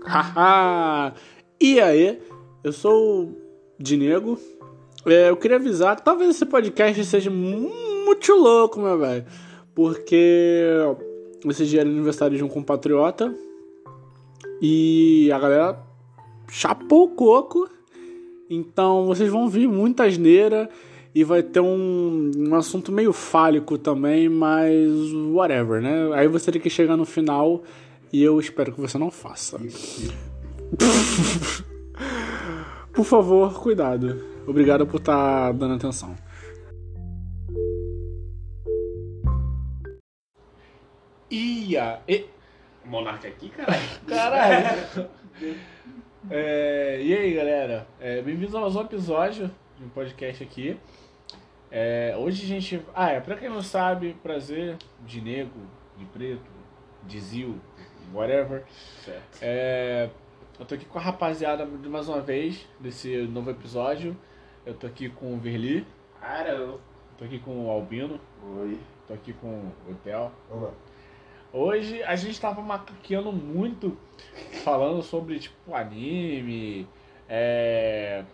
Haha! e aí, eu sou o Dinego. É, eu queria avisar, talvez esse podcast seja muito louco, meu velho. Porque esse dia era aniversário de um compatriota e a galera chapou o coco. Então vocês vão ver muita asneira e vai ter um, um assunto meio fálico também, mas whatever, né? Aí você tem que chegar no final e eu espero que você não faça. Por favor, cuidado. Obrigado por estar dando atenção. Ia! E... Monarca aqui, caralho. Caralho! É, e aí, galera? É, Bem-vindos a mais um episódio de um podcast aqui. É, hoje a gente. Ah, é, pra quem não sabe, prazer de negro, de preto, de zil, whatever. Certo. É, eu tô aqui com a rapaziada de mais uma vez desse novo episódio. Eu tô aqui com o Verli, Caramba. tô aqui com o Albino, Oi. tô aqui com o Theo. Olá. Hoje a gente tava macaqueando muito falando sobre tipo anime, é,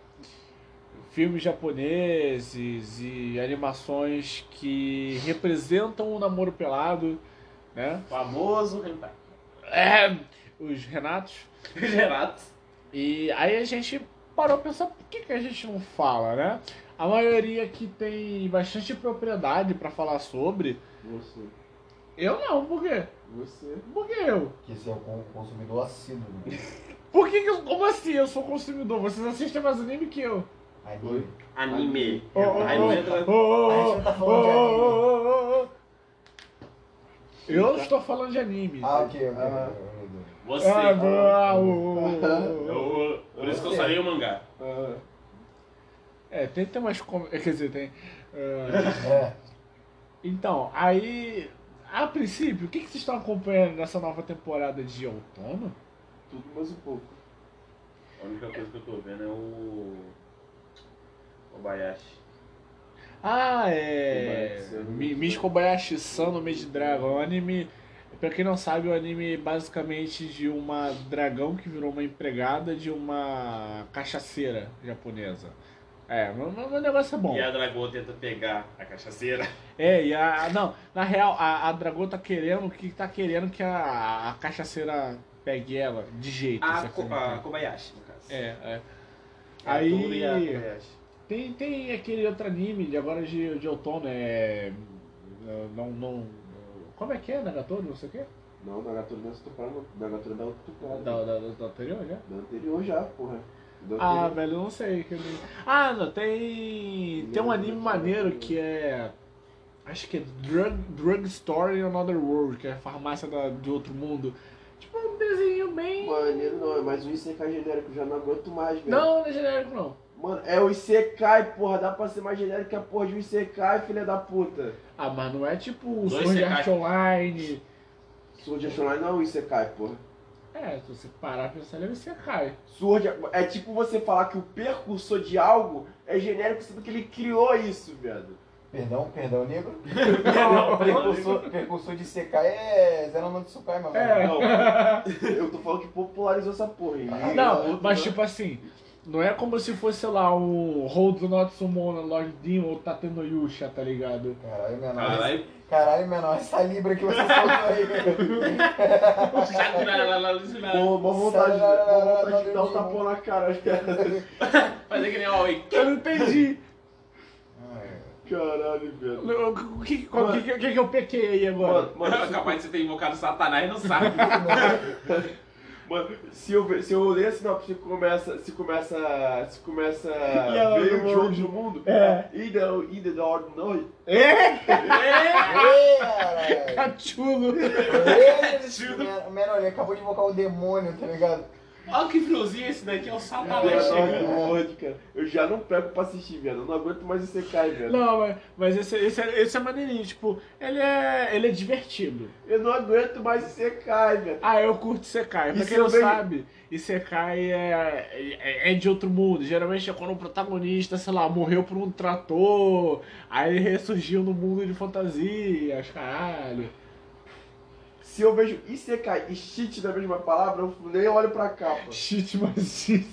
filmes japoneses e animações que representam o namoro pelado, né? Famoso hentai. É, os Renatos. Gerado. E aí a gente parou pra pensar por que, que a gente não fala, né? A maioria aqui tem bastante propriedade pra falar sobre. Você. Eu não, por quê? Você. Por que eu? Que você é um con- consumidor assíduo. né? Por que, que eu. Como assim? Eu sou consumidor, vocês assistem mais anime que eu. Anime. Anime. Ô, ô, Aí não entra. ô, ô, A ô, gente não tá ô, ô, falando de anime. ô, ô, ô, ô. Eu estou falando de anime. tá. Ah, ok, ok. Ah. ok. Você. Ah, ah, ô, ô, ô, ô. Eu- por isso que eu sabia o mangá. Ah. É, tem, tem umas. com- Quer dizer, tem. ah, É. Então, aí. A princípio, o que, que vocês estão acompanhando nessa nova temporada de outono? Tudo mais um pouco. A única coisa que eu tô vendo é o. O Bayashi. Ah, é. Kobayashi-san. Mi- Miss Kobayashi-san no Made Dragon. É um anime. Pra quem não sabe, é um anime basicamente de uma dragão que virou uma empregada de uma cachaceira japonesa. É, mas mas o negócio é bom. E a Dragoa tenta pegar a cachaceira. É, e a. Não, na real, a, a dragão tá querendo que tá querendo que a, a cachaceira pegue ela de jeito. A, sabe Ko- como é? a Kobayashi, no caso. É, é. A Aí- Toru e a Kobayashi. Tem, tem aquele outro anime de agora de, de outono, é. Não, não. Como é que é, Nagatori? Não sei o quê? Não, na Gatura não se toparam, na Gatura da outra Da, temporada. da, da, da anterior, né? tá Da anterior já, porra. Da Ah, anterior. velho, eu não sei. que anime. Ah, não, tem. Tem um anime maneiro que é. Acho que é Drug, Drug Store in Another World, que é a farmácia da, de outro mundo. Tipo, um desenho bem. Maneiro não, é mais um ICK genérico, já não aguento mais, velho. Não, não é genérico, não. Mano, é o ICK, porra, dá pra ser mais genérico que a porra de um ICK, filha da puta. Ah, mas não é tipo Dois Sword secais. Art Online. Sword Art Online não é um ICK, porra. É, se você parar pra pensar, ele é um você cai. Sword Art- é tipo você falar que o percursor de algo é genérico sendo que ele criou isso, velho. Perdão, perdão, negro. Não, Precursor, precursor de CK é Zero Nome de Sukai, mano. É. Não, eu tô falando que popularizou essa porra. hein? Ah, Não, Outro, mas né? tipo assim, não é como se fosse, sei lá, o Hold Not Summon na Lord Dean ou Tateno Yusha, tá ligado? Caralho, menor. Caralho, Caralho, menor. Essa libra que você soltou aí, velho. Sakura, Pô, mó vontade, mó vontade de dar um tapão na cara, acho que era. fazer que nem o Aoi. Eu não entendi. Ah, Caralho, velho. O que, qual- Mano. que, que, que eu pequei aí agora? Mano, mano, Mano, capaz de você ter invocado Satanás e não sabe. Mano, se eu, ver- se eu ler a sinopse, se começa, se começa, se começa a a ver hora do o jogo do mundo, É. e da, e da, da hora do noite. É, tá Ei, caralho. cachulo! Menor, Menor, ele acabou de invocar o demônio, tá ligado? Olha que friozinho esse daqui, é o da Satanás hora do chegando. noite, cara. Eu já não pego pra assistir, velho. Eu não aguento mais esse cai, velho. Não, mas, mas esse, esse, é- esse é maneirinho, tipo, ele é, ele é divertido. Eu não aguento mais esse cai, velho. Ah, eu curto Isekai. Pra E quem se eu não vejo- sabe, Isekai é, é, é de outro mundo. Geralmente é quando o protagonista, sei lá, morreu por um trator, aí ele ressurgiu no mundo de fantasia, as caralho. Se eu vejo Isekai e shit da mesma palavra, eu nem olho pra capa. Shit, mas shit.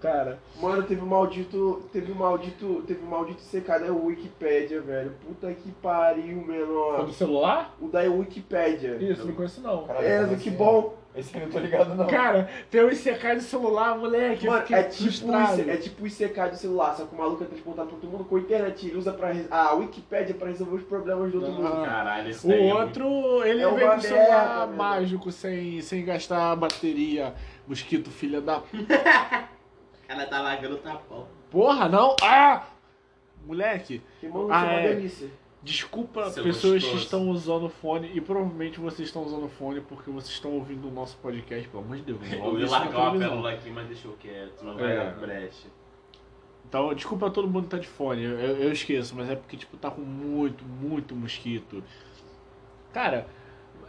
Cara, Mano, teve um maldito. Teve um maldito. Teve um maldito Isekai da Wikipédia, velho. Puta que pariu, Foi do menor. celular? O da Wikipédia. Isso, não conheço não. Caralho, É, como que assim? bom. Esse eu não tô ligado, não. Cara, tem um ICK do celular, moleque. eu Mano, fiquei é tipo, o frustrado. IC, é tipo o ICK do celular, só que o maluco é transportado pra todo mundo com a internet. Ele usa pra, re- a Wikipédia pra resolver os problemas do outro Não. mundo. Caralho, esse tá O daí é muito- outro, ele É veio uma com o celular merda, meu. mágico sem, sem gastar bateria. Mosquito, filha da O cara tá largando o tapão. porra, não. Ah! Moleque, Que mano, Ah, isso é uma é. delícia. desculpa Seu pessoas que é gostoso. estão usando fone e provavelmente vocês estão usando fone porque vocês estão ouvindo o nosso podcast, pelo amor de Deus. não Eu ouve ia isso na largar uma televisão. pérola aqui, mas deixou quieto. Não vai É. dar brecha. Então, desculpa todo mundo que tá de fone, eu, eu esqueço, mas é porque, tipo, tá com muito, muito mosquito. Cara,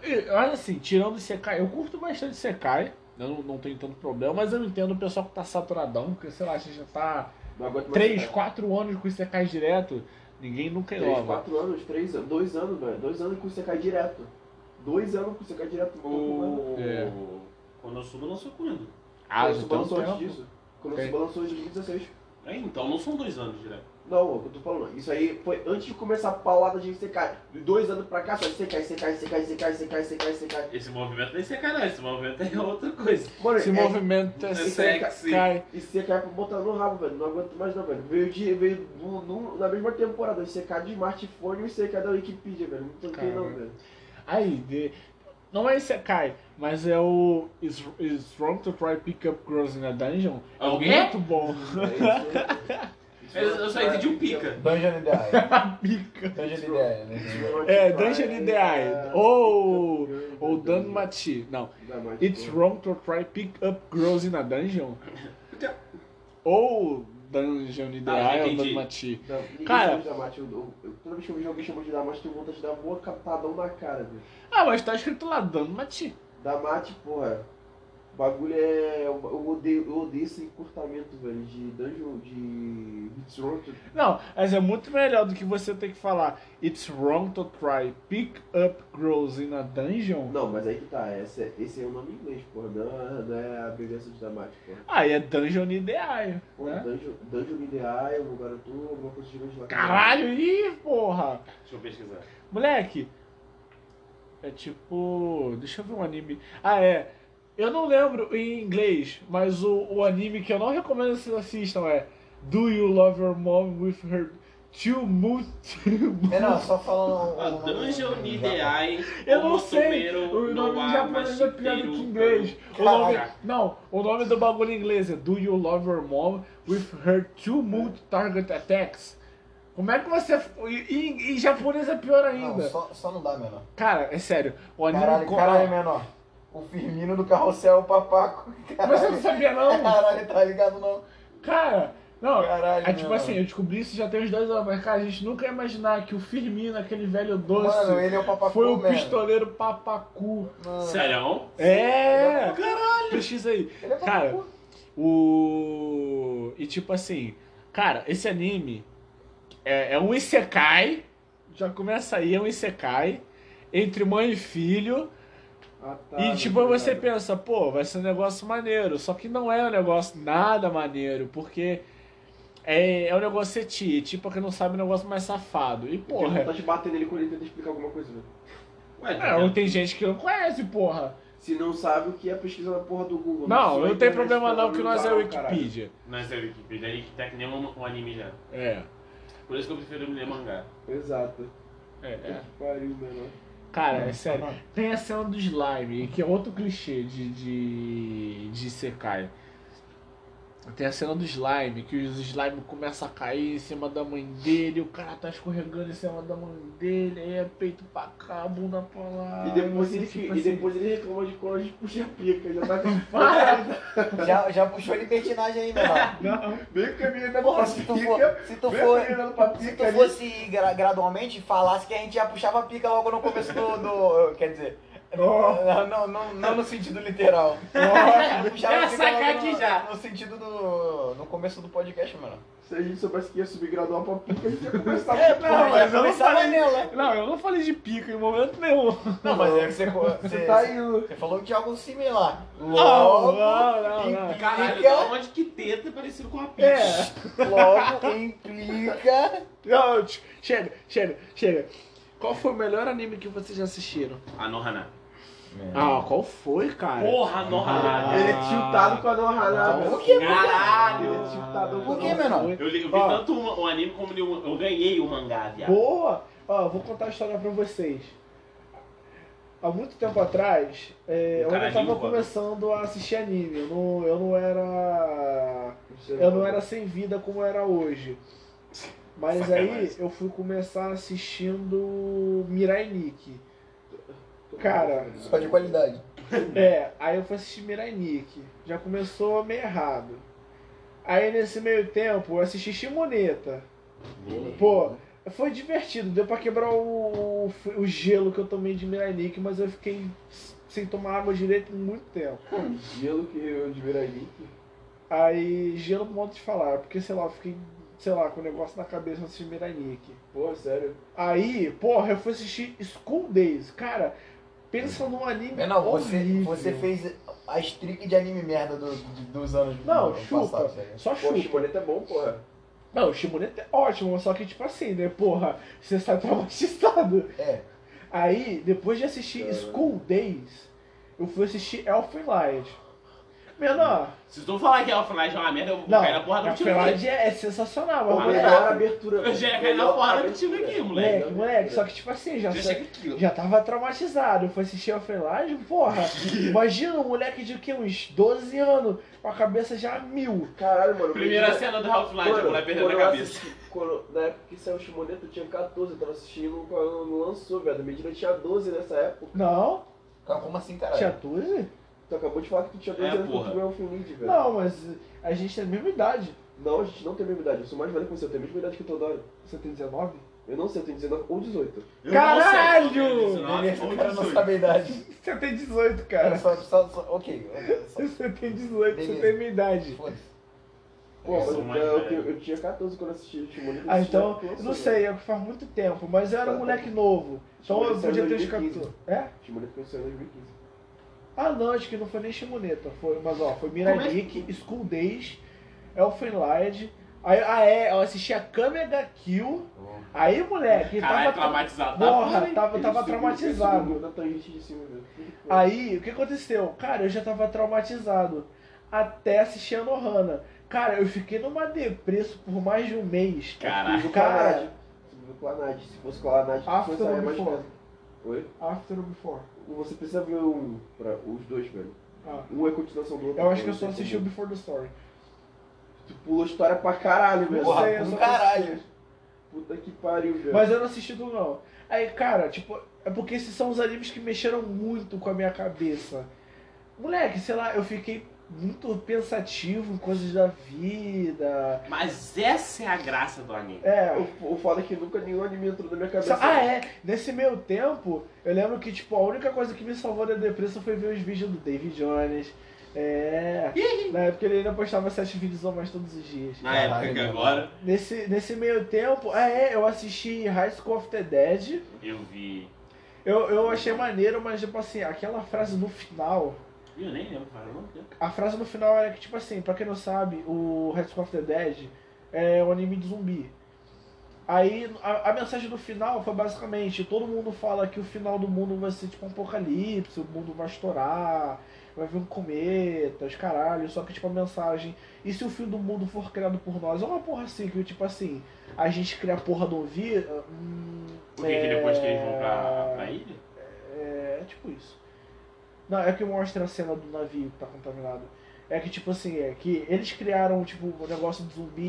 eu- olha assim, tirando o Sekai, eu curto bastante Sekai, eu não, não tenho tanto problema, mas eu entendo o pessoal que tá saturadão, porque, sei lá, a gente já tá Não aguento mais 3, ficar. 4 anos com Sekai direto, ninguém nunca é. Três, inova. quatro anos, três anos, dois anos, velho. Dois anos com o CK direto. Dois anos com o CK direto. Tô fumando. O... É. Quando eu subo, eu lançou quando? Ah, já Quando se tem um balançou antes tempo. disso. Quando Tem. se balançou em 2016. É, então não são dois anos direto. Não, o que eu tô falando. Isso aí foi antes de começar a paulada de ICK. De dois anos pra cá, só ICK, ICK, ICK, ICK, ICK, ICK, ICK. Esse movimento nem seca, não. Esse movimento é outra coisa. Mano, Esse é, movimento é é sexy. sexy. Cara, E CK é pra botar no rabo, velho. Não aguento mais não, velho. Veio, de, veio do- no- na mesma temporada, o CK de smartphone e o CK da Wikipedia, velho. Não tanquei não, Cara. velho. Aí, de- não é Sekai, mas é o Is, Is Wrong to Try Pick Up Girls in a Dungeon. É O quê? muito bom. É isso. Eu, eu só entendi um pica. Dungeon IDI. Pica. Dungeon IDI, né? É, Dungeon É. IDI. Ou. Ou Dan Mati. Não. It's wrong to try pick up girls in a dungeon. Ou Dungeon IDI Ah, já ou Dan entendi. Mati. Cara. Cara, toda vez que eu vejo alguém chamando de Damate, eu tenho vontade de dar um catadão na cara, velho. Ah, mas tá escrito lá Dan Mati. Damate, porra. O bagulho é. Eu odeio, eu odeio esse encurtamento, velho, de Dungeon. de. It's wrong to Não, mas é muito melhor do que você ter que falar It's wrong to try pick up girls in a dungeon. Não, mas aí que tá, esse, é- esse é o nome em inglês, porra, não, é- não é a abreviação de Damate, porra. Ah, e é Dungeon IDI. Pô, né? Dungeon, Dungeon IDI, eu vou garantir alguma coisa gigante lá. Caralho, ih, porra. Deixa eu pesquisar. Moleque, é tipo. Deixa eu ver um anime. Ah, é. Eu não lembro em inglês, mas o, o anime que eu não recomendo que vocês assistam é Do You Love Your Mom with Her Two Multi. É, não, só falando. um- Ah, A Dungeon Nideai. Eu não sei! O nome em japonês é pior do que em inglês. O nome, Caraca. não, o nome do bagulho em inglês é Do You Love Your Mom with Her Two Multi Target Attacks. Como é que você. e- e- Em, japonês é pior Não, ainda. só, só não dá, menor. Cara, é sério. O anime. Caralho, co- caralho, menor. O Firmino do carrossel é o papaco. Mas você não sabia, não? Caralho, tá ligado, não? Cara, não, Caralho, é tipo não. assim, eu descobri isso já tem uns dois anos, mas cara, a gente nunca ia imaginar que o Firmino, aquele velho doce, Mano, ele é o papacu, foi o mano. pistoleiro papacu. Mano, Sério? um É! Caralho! Pesquisa aí. Ele é papacu. Cara, o... E tipo assim, cara, esse anime é, é um isekai, já começa aí, é um isekai, entre mãe e filho, Ah, tá, e não tipo, tô aí você ligado. pensa, pô, vai ser um negócio maneiro. Só que não é um negócio nada maneiro, porque é, é um negócio eti, tipo, pra quem não sabe, é um negócio mais safado. E Eu tenho porra, é, vontade de bater nele quando ele tenta explicar alguma coisa, né? velho. Ué, tá não, vendo? tem gente que não conhece, porra. Se não sabe o que é pesquisa na porra do Google. né? Não, Sua não tem internet problema tá não, que no nós é canal, Wikipedia. Nós é Wikipedia, aí que tá que nem um, um anime já. É, Por isso que eu prefiro ler mangá. caralho. Exato. é, é. Que pariu, mano. Cara, é sério. Mano, Tem a cena do slime, que é outro clichê de, de, de Sekai. Tem a cena do slime, que os slime começa a cair em cima da mãe dele, o cara tá escorregando em cima da mãe dele, aí é peito pra cá, bunda pra lá. E depois, você ele, fica e assim, depois ele reclama de quando a gente puxa a pica. Já tá Para! Já, já puxou libertinagem aí, menor. Não. meio caminho da Porra, se tu for, se tu né, Vem for, caminhando pra se pica tu ali. fosse gra- gradualmente, falasse que a gente já puxava a pica logo no começo do, do- Quer dizer, Não, não, não, não no sentido literal. Já Já fica sacar logo aqui no- já. No sentido do. No começo do podcast, mano. Se a gente soubesse que ia subir graduar pra pica, a gente ia começar É, não, Porra, mas eu não começava falei- nela. Não, eu não falei de pica em momento nenhum. Não, mas é que você, você, Você tá indo. você falou de algo similar. Não, Logo, não, não, não. implica, Caralho, da onde que teta é parecido com uma pica? É. logo implica. Não, t- chega, chega, chega. Qual foi o melhor anime que vocês já assistiram? A Nohana. Ah, qual foi, cara? Porra, a Nohana. Ah. Ele é tiltado com a Nohana, Não. velho. Por que, Ele é Caralho. tiltado com a Por que, Nohana. menor? Eu, li- eu vi Ó. tanto o, o anime como um, eu, eu ganhei o mangá, viado. Boa! Ó, vou contar a história pra vocês. Há muito tempo atrás, é, O eu ainda caralhinho tava foda. começando a assistir anime. Eu não, eu não era. Você- Eu não era sem vida como era hoje. Mas aí Sacanagem. eu fui começar assistindo Mirai Nikki. Cara, Só de qualidade. É, aí eu fui assistir Mirai Nikki. Já começou meio errado. Aí nesse meio tempo eu assisti Shimoneta. Pô, foi divertido. Deu pra quebrar o, o gelo que eu tomei de Mirai Nikki, mas eu fiquei sem tomar água direito muito tempo. Gelo que eu de Viranique. Aí gelo um monte de falar, porque sei lá, eu fiquei, sei lá, com o negócio na cabeça de assistir Mirai Nikki. Pô, sério. Aí, porra, eu fui assistir School Days. Cara, pensa num anime Menor, É, você, horrível. você fez a streak de anime merda do- do- tá dos anos Não, chupa. passados. velho. Só Pô, chupa. o Chimoneta é bom, porra. Não, o Shimoneta é ótimo, só que tipo assim, né, porra, você sai traumatizado. É. Aí, depois de assistir Caralho. School Days, eu fui assistir Elfen Light. Menor, Se tu falar que a Offline é uma merda, eu vou não, cair na porra do Elfen tiro aqui. Light é, é sensacional, Pô, mas Caralho. moleque, melhor abertura. Eu já ia cair na Melhor porra do tiro abertura. aqui, moleque. moleque, moleque, só que tipo assim, já, Já sa- chega aqui, ó. já tava traumatizado, eu fui assistir Elfen Light, porra, imagina um moleque de o quê, uns 12 anos, com a cabeça já a mil. Caralho, mano. Primeira Medina- cena do Half-Life, a Mano, mulher perdendo a quando eu cabeça. assisti- quando- na época que saiu o Shimoneta, eu tinha 14, eu tava assistindo quando não lançou, velho. A Medina tinha 12 nessa época. Não, Como assim, tinha caralho? 12? Tu acabou de falar que tu tinha 12 É, anos quando porra. tu ganhou o Finid, velho. Não, mas a gente tem a mesma idade, Não, a gente não tem a mesma idade. Eu sou mais velho que você, eu tenho a mesma idade que o Teodoro. você tem 19? Eu não sei, eu tenho 19 ou 18. Eu não sei, Caralho! eu tenho 19 Beleza, ou o cara não 18. sabe a idade. Você tem 18, Cara, cara. só, só, só, ok. ok, só- Você tem 18, você Beleza. tem minha idade. Foda-se. É, Pô, mas sou eu, mais eu- eu, velho. eu tinha 14 quando assisti o Shimoneta. Ah, então, eu não sei, é que faz muito tempo, mas eu era um moleque novo. Então eu podia ter uns 14. É? Shimoneta começou em 2015. Ah, não, acho que não foi nem Shimoneta. Foi, mas ó, foi Como é Miranic, School Days, Elfen Light. Aí, ah, é, eu assisti a câmera da Kill. Aí, moleque, Caralho, tava. tra- traumatizado. Tá Porra, foda, tava, Ele tava subiu- ele traumatizado. subiu Na tangente de cima, velho. Aí, o que aconteceu? Cara, eu já tava traumatizado. Até assistir a Nohana. Cara, eu fiquei numa depresso por mais de um mês. Caralho. Subiu Cara. Clanad. Subiu Clanad. Se fosse Clanad, Ah, foi tu sair no mais before. perto. Oi? After or Before? Você precisa ver um, pra, os dois, velho. Ah. Um é continuação do outro. Eu acho que eu Não só tem assisti o como. Before the Story. Tu pulou história pra caralho, velho. Porra. sei, eu Porra, só- um caralho. Puta que pariu, velho. Mas eu não assisti tudo não. Aí, cara, tipo, é porque esses são os animes que mexeram muito com a minha cabeça. Moleque, sei lá, eu fiquei muito pensativo em coisas da vida. Mas essa é a graça do anime. É. O, o foda é que nunca nenhum anime entrou na minha cabeça. Ah, é. Nesse meio tempo, eu lembro que, tipo, a única coisa que me salvou da depressão foi ver os vídeos do David Jones. É. Na época ele ainda postava sete vídeos ou mais todos os dias. Na Caralho, época que mano. agora, Nesse, nesse meio tempo, ah, é, eu assisti High School of the Dead. eu vi... Eu, eu achei maneiro, mas tipo assim, aquela frase no final. Ih, Eu nem lembro, cara. eu não lembro. A frase no final era que, tipo assim, pra quem não sabe, o High School of the Dead é um anime de zumbi. Aí a, a mensagem do final foi basicamente, todo mundo fala que o final do mundo vai ser tipo um apocalipse, o mundo vai estourar, vai vir um cometa, os caralho, só que tipo a mensagem, e se o fim do mundo for criado por nós? É uma porra assim, que tipo assim, a gente cria a porra do vírus. Hum, Por que que depois que eles vão pra, pra ilha? é, é tipo isso. Não, é que mostra a cena do navio que tá contaminado. É que, tipo assim, é que eles criaram, tipo, o negócio do zumbi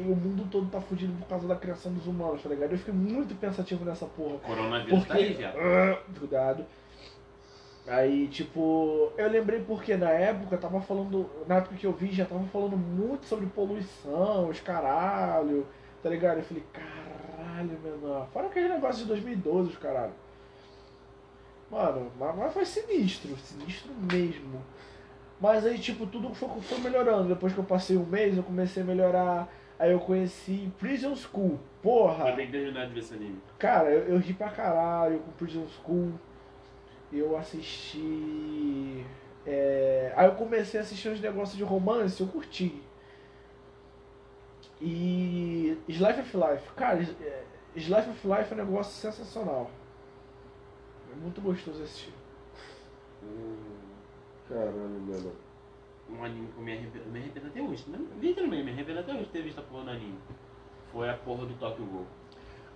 e o mundo todo tá fudido por causa da criação dos humanos, tá ligado? Eu fiquei muito pensativo nessa porra. Coronavírus tá aí, Porque. viado. Ah, Cuidado. Aí, tipo, eu lembrei porque na época tava falando. Na época que eu vi, já tava falando muito sobre poluição, os caralho, tá ligado? Eu falei, caralho, menor. Fora aquele negócio de 2012, os caralho. Mano, mas, mas foi sinistro, sinistro mesmo. Mas aí, tipo, tudo foi, foi melhorando. Depois que eu passei um mês, eu comecei a melhorar. Aí eu conheci Prison School. Porra! Ah. Eu tenho que terminar de ver esse anime. Cara, eu, eu ri pra caralho com Prison School. Eu assisti. é, Aí eu comecei a assistir uns negócios de romance, eu curti. E. Slife of Life. Cara, is- é, Slife of Life é um negócio sensacional. É muito gostoso assistir. Um, Caralho, mano. um anime que eu me arrependo, me arrependo até hoje. Não, literalmente, me arrependo até hoje de ter visto a porra do anime. Foi a porra do Tokyo Gol.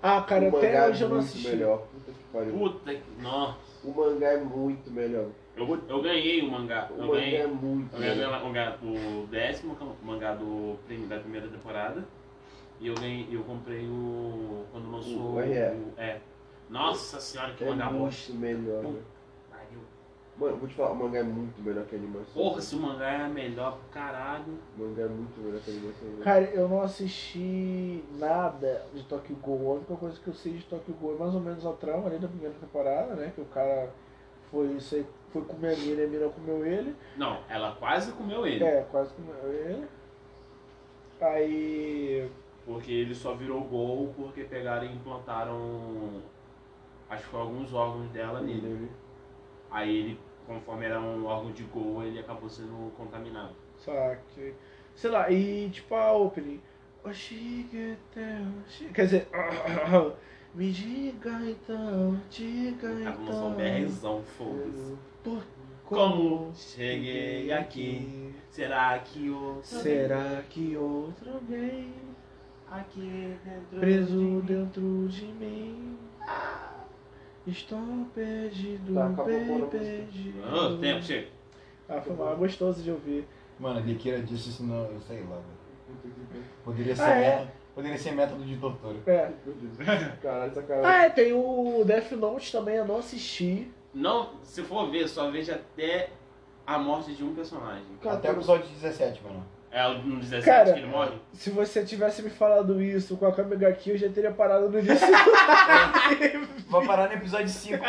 Ah, cara, o até mangá hoje é eu não muito assisti. melhor. Puta que pariu. Puta que. Nossa. O mangá é muito melhor. Eu, eu ganhei o mangá. O Eu mangá ganhei. é muito Eu ganhei melhor. o mangá do décimo, é o mangá do, prim- da primeira temporada. E eu ganhei, eu comprei o. Quando lançou O RE. o- É. Nossa senhora, que É mangá bosta. muito melhor. Puta. né? Pariu. Mano, vou te falar, o mangá é muito melhor que a animação. Porra, né? se o mangá é melhor pro caralho. O mangá é muito melhor que a animação. né? Cara, eu não assisti nada de Tokyo Ghoul. A única coisa que eu sei de Tokyo Ghoul é mais ou menos a trama ali da primeira temporada, né? Que o cara foi, sei, foi comer a mina e a mina comeu ele. Não, ela quase comeu ele. É, quase comeu ele. Aí. Porque ele só virou gol porque pegaram e implantaram. Acho que foi alguns órgãos dela nele. né? Aí ele, conforme era um órgão de gol, ele acabou sendo contaminado. Saque. Sei lá, e tipo a opening. Oxigete, oxi- Quer dizer. Me diga então, diga Tava lançando um então. BRzão, foda-se. Por Como cheguei aqui? Será que o. Será que outra vez Aqui dentro. preso dentro de mim? Estou perdido, Tá, acabou, bem acabou a perdido. Ah, tempo, chega. Ah, foi mal, é gostoso de ouvir. Mano, a Guiqueira disse isso não, eu sei lá, velho. Puta que pariu. Poderia ser, Ah, é? método, poderia ser método de tortura. É. Meu Deus. Caralho, essa cara. Ah, é, tem o Death Note também, eu não assisti. Não, se for ver, só veja até a morte de um personagem. Até o episódio 17, mano. É o no 17 Cara, que ele morre? Se você tivesse me falado isso com a Kamiga aqui, eu já teria parado no início. Vai parar no episódio 5.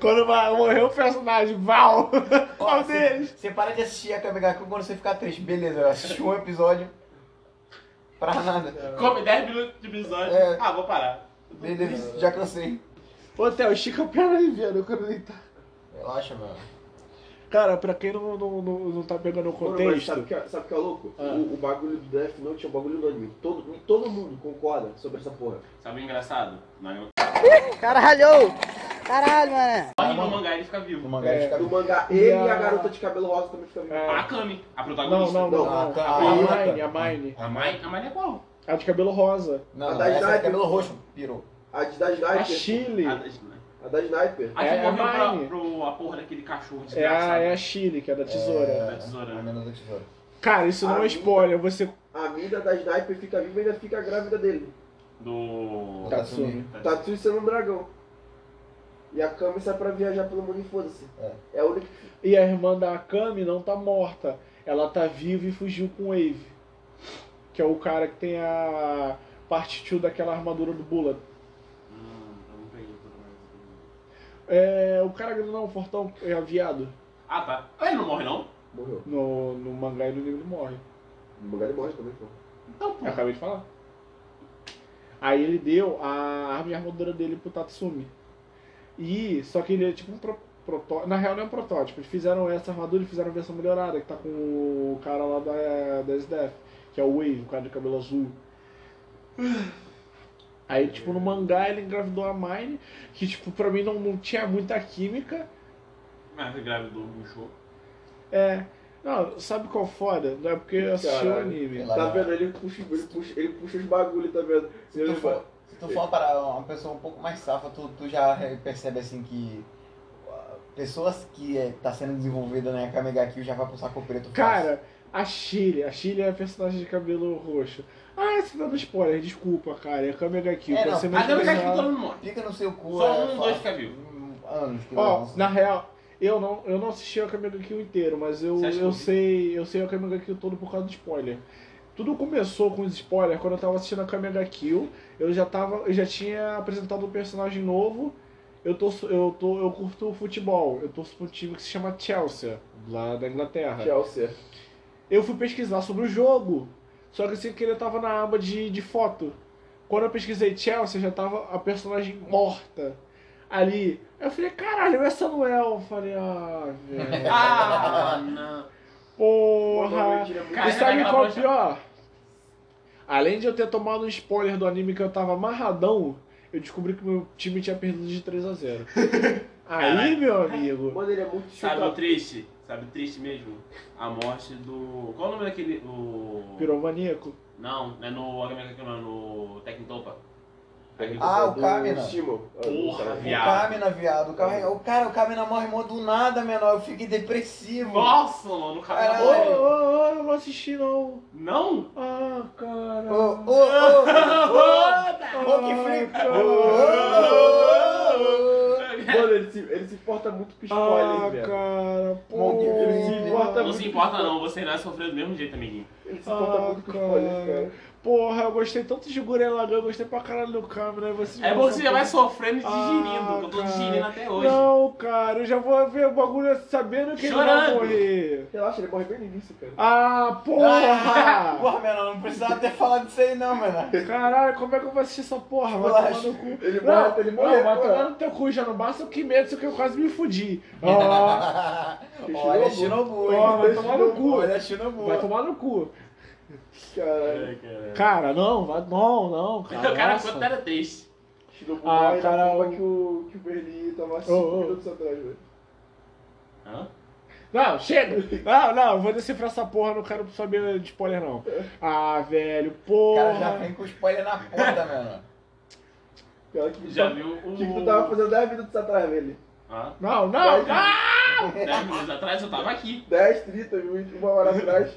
Quando ma- morreu o personagem, Val! Qual deles? Você para de assistir a Kamegaku quando você ficar triste. Beleza, eu assisti um episódio. Pra nada. Come 10 minutos de episódio. É. Ah, vou parar. Beleza, já cansei. Ô, Theo, estica a perna aí, velho, eu quero deitar. Relaxa, mano. tá. Cara, pra quem não, não, não, não tá pegando o Mano, mas contexto. sabe o que, é- sabe o que é louco? Ah. O, o bagulho do Death Note é um bagulho unânime. Todo, todo mundo concorda sobre essa porra. Sabe o engraçado? Na- Caralho! Caralho, mané! Morre no mangá ele fica vivo. No mangá é, No fica... mangá, E ele e a- a garota de cabelo rosa também ficam é, vivos. A Kami, a Não, protagonista. não, não. não. Não, a- A, a- Mine, a Mine. A Mai, a Mai é qual? A de cabelo rosa. Não, A não, da essa é Sniper. cabelo roxo, pirou. A de- da A Sniper. Chile. A, da- a A da Sniper. que É, é morreu a Mai. pra, pro, a porra daquele cachorro É a, desgraçado. é a Chile, que é da tesoura. Da tesoura. A menina da tesoura. Cara, isso não é Ah, spoiler. Você. A amiga da Sniper fica viva e ainda fica grávida dele. Do... Tá. Tatsumi. Tatsui sendo um dragão. E a Kami sai pra viajar pelo mundo e foda-se. É. a única. E a irmã da Akami não tá morta. Ela tá viva e fugiu com o Wave. Que é o cara que tem a parte 2 daquela armadura do Bullet. Hum, eu não peguei tudo mais. É. O cara grandão, o fortão, é viado. Ah, tá. Ah, Ele não morre, não? Morreu. No, no mangá e no livro ele morre. No mangá ele morre também, pô. Então, pô. Eu acabei de falar. Aí ele deu a arma e a armadura dele pro Tatsumi. E só que ele é tipo um pro, protótipo. Na real não é um protótipo. Eles fizeram essa armadura e fizeram a versão melhorada, que tá com o cara lá da, da SDF, que é o Wave, o cara de cabelo azul. Aí, tipo, no mangá ele engravidou a Mine, que tipo, pra mim não, não tinha muita química. Mas engravidou, murchou. É. Não, sabe qual foda? Não é porque eu assisti o Caralho. anime. Lá, Tá lá. vendo? Ele puxa, ele puxa, ele puxa os bagulho, tá vendo? Se Ele tu for, se tu for para uma pessoa um pouco mais safa, tu, tu já re- percebe assim que ah, pessoas que é, tá sendo desenvolvida na Kamega Kill já vai pro saco preto fácil. Cara, a Chile, a Chile é a personagem de cabelo roxo. Ah, você tá dando spoiler, desculpa, cara. É a Kamega Kill, É, pode não, ser mais Até o Ah, um cachorro legal. todo mundo morre. Fica no seu cu. Só é, um, fala- dois fica vivo. Hum, Anos que Ó, levam. na real, eu não, eu não assisti a Kamega Kill inteiro, mas eu, Você acha que eu eu vi? sei, eu sei a Kamega Kill todo por causa do spoiler. Tudo começou com os spoilers quando eu tava assistindo a Kamega Kill. Eu já tava, eu já tinha apresentado um personagem novo Eu torço, eu tô, eu curto futebol. Eu torço pra um time que se chama Chelsea, lá da Inglaterra. Chelsea. Eu fui pesquisar sobre o jogo. Só que sem querer tava na aba de, de foto. Quando eu pesquisei Chelsea, já tava a personagem morta ali. Aí Eu falei, caralho, essa não é. Eu falei, ah, velho. Ah, não. Porra. Cara, E sabe tá aquela qual é o brocha- pior? Além de eu ter tomado um spoiler do anime que eu tava amarradão, eu descobri que meu time tinha perdido de 3 a 0 Aí, Caralho. meu amigo. Mano, ele é muito Sabe o chutado. triste? Sabe o triste mesmo? A morte do. Qual o nome daquele. O... Piromaníaco. Não, não é no HMK que não, é no Tecnotopa. Aquele- Ah, o Kamina. Estimo. Porra, O Viado. Kamina, viado. O, cara, o cara, o Kamina morre mó do nada, menor. Eu fiquei depressivo. Nossa, mano, o É. cara Ô, ô, Caralho. morre. ô, eu não assisti não. Não? Ah, cara. Ô, ô, ô, ô. Ô, que frio. Ô, ô, ô. é Mano, ele se, ele se porta muito com spoiler, Ah, velho. cara. Bom, que pô. Ele se importa Não muito se com importa não, você nasce sofrendo do mesmo jeito, amiguinho. Ele se porta Ah, muito com cara. spoiler, cara. Porra, eu gostei tanto de Gurren Lagann, eu gostei pra caralho do né? câmera. É bom que você já vai sofrendo e digerindo, Ah, que eu tô cara. digerindo até hoje. Não, cara, eu já vou ver o bagulho sabendo que ele vai Chorando. morrer. Relaxa, ele morre bem no início, cara. Ah, porra! Porra, menor, não precisava ter falado disso aí, não, menor. Caralho, como é que eu vou assistir essa porra? Vai Relaxa. tomar no cu. Ele Não, morre, ele morre. não, vai pô. tomar no teu cu, já não basta o que medo, isso que eu quase me fudi. Ah, Olha, Shinobu, hein? Ó, vai tomar no cu. Olha, Shinobu. vai tomar no cu. Caralho. Ai, cara. Cara, não, vai, não, não, cara. O cara nossa. ficou até triste. Shinobu Ah, morre cara, da forma o- que o, que o Berlim tava 5 Ô, ô. minutos atrás, velho. Hã? Não, chega! Não, Ah, não, eu vou decifrar essa porra, não quero saber de spoiler não. Ah, velho, O porra. cara já vem com spoiler na ponta, menor. Pior que Já viu o. O que que tu tava fazendo 10 minutos atrás, velho? Hã? Não, não, Vai, ah! 10 minutos atrás eu tava aqui. 10, 30, 20, uma hora atrás.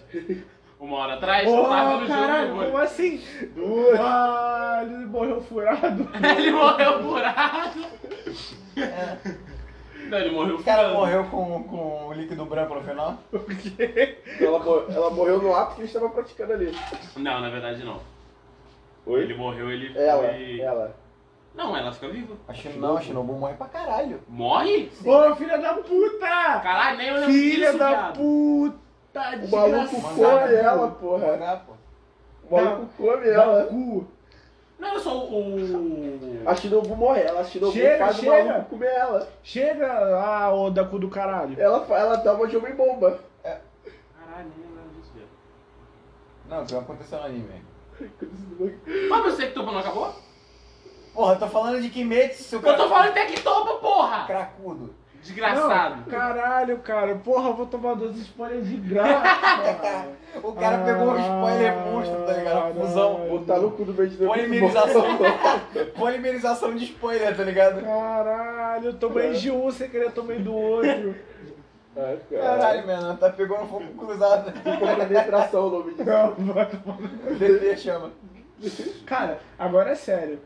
Uma hora atrás eu tava Porra, no caralho, jogo. como assim? Duas. Ah, ele morreu furado. Ele morreu furado. Não, ele morreu O cara furado. morreu com, com o líquido branco no final? Ela, mor- ela morreu no ato que a gente tava praticando ali. Não, na verdade não. Oi? Ele morreu, ele Ela, foi. ela. Não, ela fica viva. A Shinobu, não, a Shinobu morre pra caralho. Morre? Ô, filha da puta! Caralho, nem eu lembro Filha disso, da viado. puta! O maluco desgraçada. come ela, porra. Mangá, pô. O maluco come Dá ela. cu. Não era só o. A Shinobu morre, ela, a Shinobu Chega, faz chega. o maluco comer ela. Chega lá, ô da cu do caralho. Ela, fa- ela dá uma de homem bomba. Caralho, nem eu lembro disso, viado. Não, isso não aconteceu no anime. Mas você que topa não acabou? Porra, eu tô falando de Kimetsu, seu Eu tô falando até que topa, porra! Cracudo. Desgraçado. Não, caralho, cara. Porra, eu vou tomar 12 spoilers de graça. cara. Tá. O cara pegou um spoiler monstro, tá ligado? Fusão. Botar no cu do meio de homem Polimerização. Polimerização de spoiler, tá ligado? Caralho, eu tomei de um sem querer, tomei do outro. Ah, cara. Caralho, mano, tá pegando fogo cruzado. Penetração o nome disso. Dedê chama. Cara, agora é sério.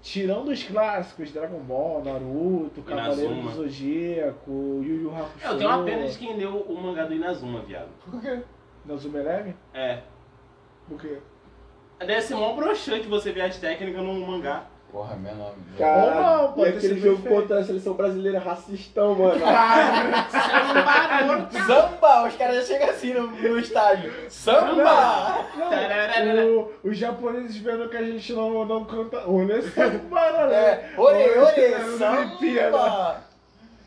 Tirando os clássicos, Dragon Ball, Naruto, Cavaleiro do Inazuma. Zodíaco, Yu Yu Hakusho. Eu tenho uma pena de quem leu o mangá do Inazuma, viado. Inazuma Eleven? É. Por quê? Deve ser mó broxante você ver as técnicas num mangá. Porra, meu nome. Ou Cara, não, e pode ter aquele sido jogo feito. contra a seleção brasileira racistão, mano. Sambarão, Samba! Os caras já chegam assim no, no estádio. Samba! tararara. O, os japoneses vendo que a gente não, não canta. Olha essa baralha. É, ore, ore, Olimpíada. samba!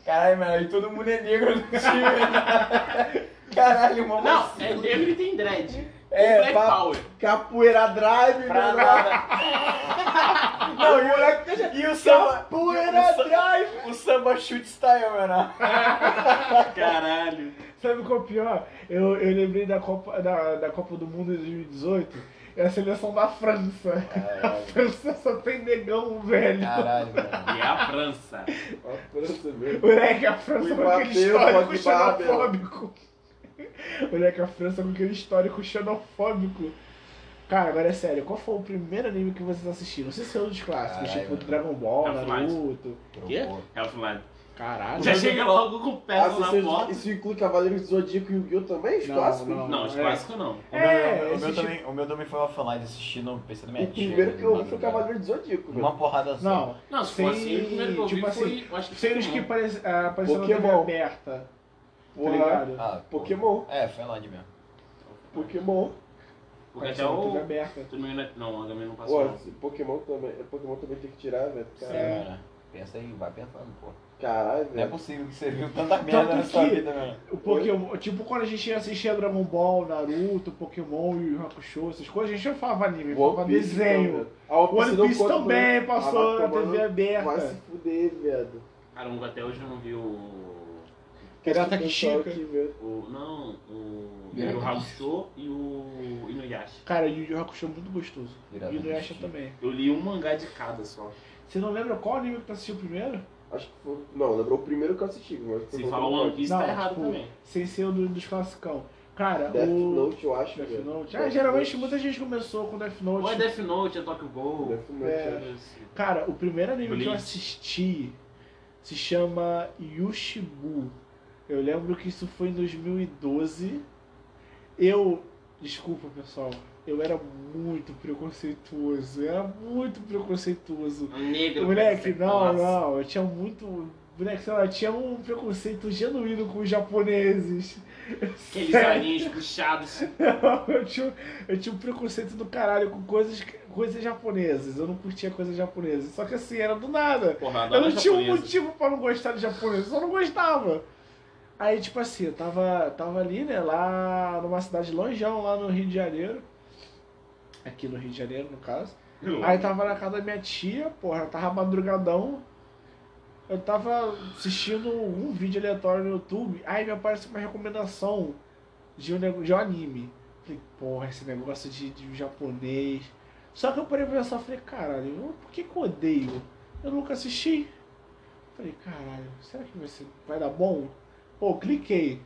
Caralho, mano, e todo mundo é negro no time. Caralho, mano. Não, é negro e tem dread. É, É, Black papo. Power. Capoeira drive, Pra mano. nada. Não, e o moleque E o samba. Capoeira o, sa- drive. o samba chute style, mano. Caralho. Sabe qual é o pior? Eu, eu lembrei da Copa, da, da Copa do Mundo de 2018. É a seleção da França. É. A França só tem negão, velho. É, Caralho, mano. E a França. Ó, França, velho. Moleque, a França Fui com aquele bater, histórico pode bater. xenofóbico. Moleque, a França com aquele histórico xenofóbico. Cara, agora é sério, qual foi o primeiro anime que vocês assistiram? Não sei se é um dos clássicos, Caralho, tipo mano. Dragon Ball, Dragon Ball. Naruto. Quê? Healthline. Caralho. É Já chega logo com o pé Ah, na isso- porta. Isso inclui Cavaleiros do Zodíaco e Yu-Gi-Oh! também? Os Não, clássicos? não. Não, os É. clássicos não. O meu, É, o meu esse também, o meu também foi offline assistindo no PC da minha O tia. primeiro que eu vi foi madrugada. Cavaleiros do Zodíaco, velho. Uma porrada assim. só. Não, Não, se Sem- for assim, o primeiro que eu vi tipo foi. assim, eu acho que sem os foi que não. apare- ah, apareceram na TV Pokémon. aberta. Tá Porra. ligado? Ah, pô. Pokémon. É, foi online mesmo. Pokémon. Porque até Apareceram na TV o. aberta. Tudo bem, né? Não, o Agamemnon não passou. Pô, não. esse Pokémon também. é Pokémon também tem que tirar, velho. Caralho. Cara, pensa aí, vai pensando, pô. Caralho, Não é velho. possível que você viu tanta merda Tanto na sua que- vida, velho. O Pokémon, tipo quando a gente assistia Dragon Ball, Naruto, Pokémon e Hakusho, essas coisas, a gente não falava anime, falava então, desenho. Ah, O One Piece né? também passou na TV Vai aberta. se fuder, viado. Caramba, até hoje eu não vi o. Pirata Acho o Chica. pessoal aqui, velho. o não, o. Miranda. O Hakusho e o Inuyasha. Cara, Yu Yu Hakusho é muito gostoso. Pirata e Inuyasha Chica. também. Eu li um mangá de cada só. Você não lembra qual anime que tu assistiu primeiro? Acho que foi. Não, lembrou o primeiro que eu assisti, mas. Se falar One Piece, tá Não, errado tipo, também. Sem ser o do- dos classicão. Cara, Death o... Note, eu acho. Death velho. Note. Ah, Death geralmente Note. muita gente começou com Death Ou é Note. Death Note, é Tokyo Ghoul. Death Note, É. acho. Cara, o primeiro anime que eu Bleach. assisti se chama Yushibu. Eu lembro que isso foi em 2012. Eu. Desculpa, pessoal. Eu era muito preconceituoso. Eu era muito preconceituoso. Um negro. Moleque, perfeito, não, nossa. não. Eu tinha muito. Moleque, sei lá, eu tinha um preconceito genuíno com os japoneses. Aqueles olhinhos puxados. Eu tinha, eu tinha um preconceito do caralho com coisas, coisas japonesas. Eu não curtia coisas japonesas. Só que assim, era do nada. Porra, Eu adoro não tinha um japonesa. motivo pra não gostar de japonês, eu só não gostava. Aí, tipo assim, eu tava, tava ali, né, lá numa cidade longeão, lá no Rio de Janeiro. Aqui no Rio de Janeiro, no caso. Aí tava na casa da minha tia, porra, eu tava madrugadão. Eu tava assistindo um vídeo aleatório no YouTube, aí me apareceu uma recomendação de um, nego- de um anime. Falei, porra, esse negócio de, de japonês. Só que eu parei pra pensar, falei, caralho, eu- por que, que eu odeio? Eu nunca assisti. Falei, caralho, será que vai, ser- vai dar bom? Pô, cliquei.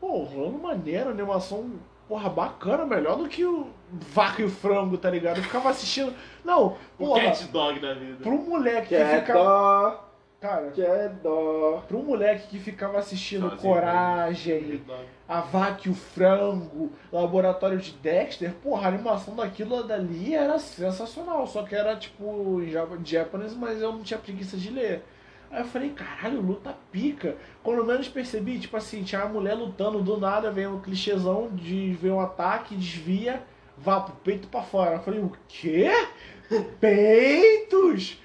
Pô, rolando maneiro, animação, porra, bacana, melhor do que o Vaca e o Frango, tá ligado? Eu ficava assistindo. Não, O porra, cat dog da vida. pro moleque que Que é ficava. dó, Cara, que é dó. pro moleque que ficava assistindo Sozinho, né? Coragem, Cat dog. a Vaca e o Frango, Laboratório de Dexter, porra, a animação daquilo dali era sensacional. Só que era tipo em jap- japonês, mas eu não tinha preguiça de ler. Aí eu falei, caralho, luta pica. Quando menos percebi, tipo assim, tinha uma mulher lutando do nada, vem um clichêzão de ver um ataque, desvia, vá pro peito pra fora. Eu falei, o quê? Peitos?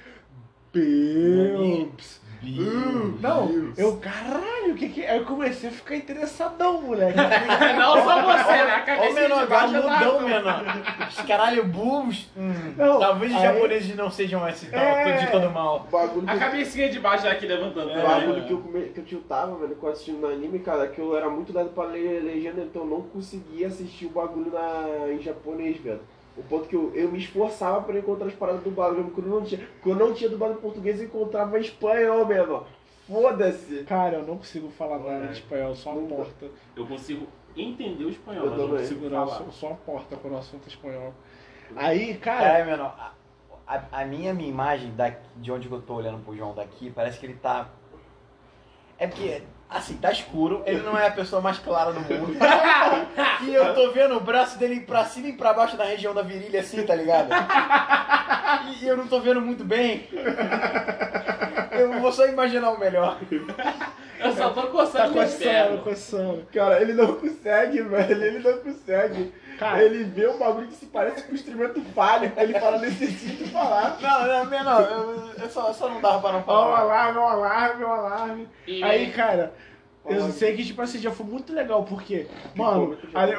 Peitos. Bill. Não, eu, caralho, o que que é? Aí eu comecei a ficar interessadão, moleque. Eu falei, Não só você, né? A Ô, cabeça de menor, um um baixo é mudão, lá. menor. Os caralho burros. Hum, Não, Talvez os aí- japoneses não sejam esse tal, É. de todo mal. O bagulho A que cabecinha de baixo aqui levantando. tá O bagulho que eu, come- que eu tiltava, velho, que eu assistindo no anime, cara, aquilo era muito dado pra ler legenda, então eu não conseguia assistir o bagulho na, em japonês, velho. O ponto que eu, eu me esforçava pra encontrar as paradas do bagulho, quando eu não tinha, quando eu não tinha dublado em português, eu encontrava em espanhol, mesmo. Foda-se! Cara, eu não consigo falar nada É. de espanhol, só uma Nunca. porta. Eu consigo entender o espanhol, né, Eu mas eu não também. consigo Segurar falar. só, só uma porta quando o assunto é espanhol. Aí, cara, É, menor. a- A, a minha, minha imagem daqui, de onde eu tô olhando pro João daqui, parece que ele tá. É porque, assim, tá escuro, ele não é a pessoa mais clara do mundo. e eu tô vendo o braço dele pra cima e pra baixo na região da virilha, assim, tá ligado? E, e eu não tô vendo muito bem. Eu vou só imaginar o melhor. Eu só tô tá coçando minha coçando, perna. coçando. Cara, ele não consegue, velho, ele não consegue. Cara, Ele vê um bagulho que se parece com um instrumento falho, ele fala, necessito falar. Não, não, menor, eu, eu só, só não dava pra não ó o falar. alarme, ó o alarme, ó o alarme. E- Aí, cara, eu Alarme. sei que, tipo, esse dia foi muito legal, porque, mano, Ficou muito ali-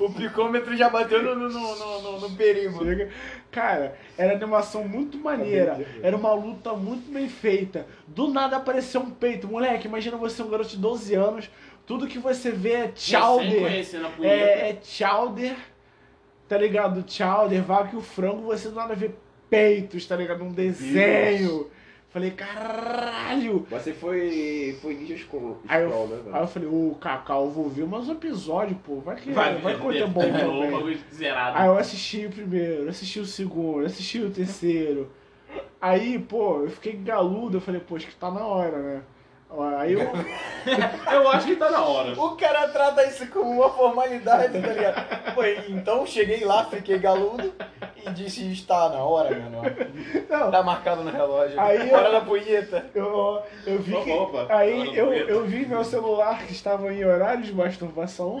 O picômetro já bateu no, no, no, no, no perigo. Chega. Cara, era animação muito É maneira. Era uma luta muito bem feita. Do nada apareceu um peito. Moleque, imagina você um garoto de 12 anos. Tudo que você vê é Sem chowder. conhecendo a punheta. É, é chowder. Tá ligado? Chowder, vaca e o frango. Você do nada vê peitos, tá ligado? Um desenho. Falei, caralho. Mas você foi, foi Ninja Scroll, Aí eu- Scroll, né, velho? Aí eu falei, ô, Cacau, eu vou ver mais um episódio, pô. Vai que vai, Vai, É. vai vai que eu tenho bom também. um bagulho zerado. Aí eu assisti o primeiro, assisti o segundo, assisti o terceiro. Aí, pô, eu fiquei galudo, eu falei, pô, acho que tá na hora, né? Aí eu. Eu acho que tá na hora. O cara trata isso como uma formalidade, tá ligado? Pô, então cheguei lá, fiquei galudo e disse está na hora, meu irmão. Não, Tá marcado no relógio. Aí eu- hora da punheta. Eu, eu vi que. Opa, tá aí na eu, punheta. eu vi meu celular que estava em horário de masturbação.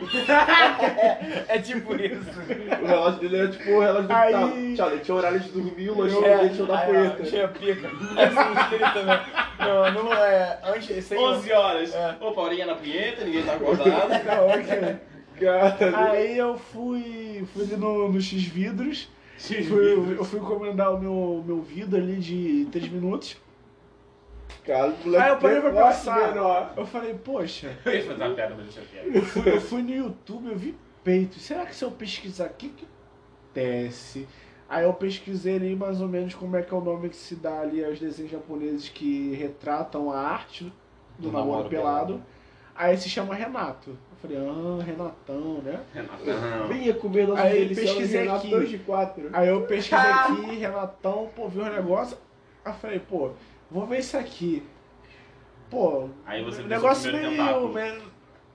É tipo isso. O relógio dele era tipo o relógio do Aí- Tchau, Tchau, tinha um horário de dormir, o lanche É, dele tinha da aí, punheta. ó, Tinha pica. É Essa escrita também. né? Não, não é. Antes, sem. 11 horas. É. Opa, horinha na punheta, ninguém tá acordado. Não, Ah, ok. Cara, Aí eu fui. fui ali no, no X-Vidros. Fui- Eu fui encomendar o meu, meu vidro ali de 3 minutos. cara, o moleque Aí eu parei pra tem um corte pensar. menor. Eu falei, poxa, Eu ia fazer uma piada, mas deixa quieto. eu fui, eu fui no YouTube, eu vi peito. Será que se eu pesquisar o que que acontece? Aí eu pesquisei ali mais ou menos como é que é o nome que se dá ali aos desenhos japoneses que retratam a arte do, Do namoro, namoro pelado. pelado. Aí se chama Renato. Eu falei, ah, Renatão, né? Renatão. Vinha comer nosso Aí delicioso pesquisei Renato aqui. 2 de 4. Aí eu pesquisei aqui, Renatão, pô, vi o negócio. Aí eu falei, pô, vou ver isso aqui. Pô, Aí você o viu negócio seu primeiro meio, tentáculo. meio.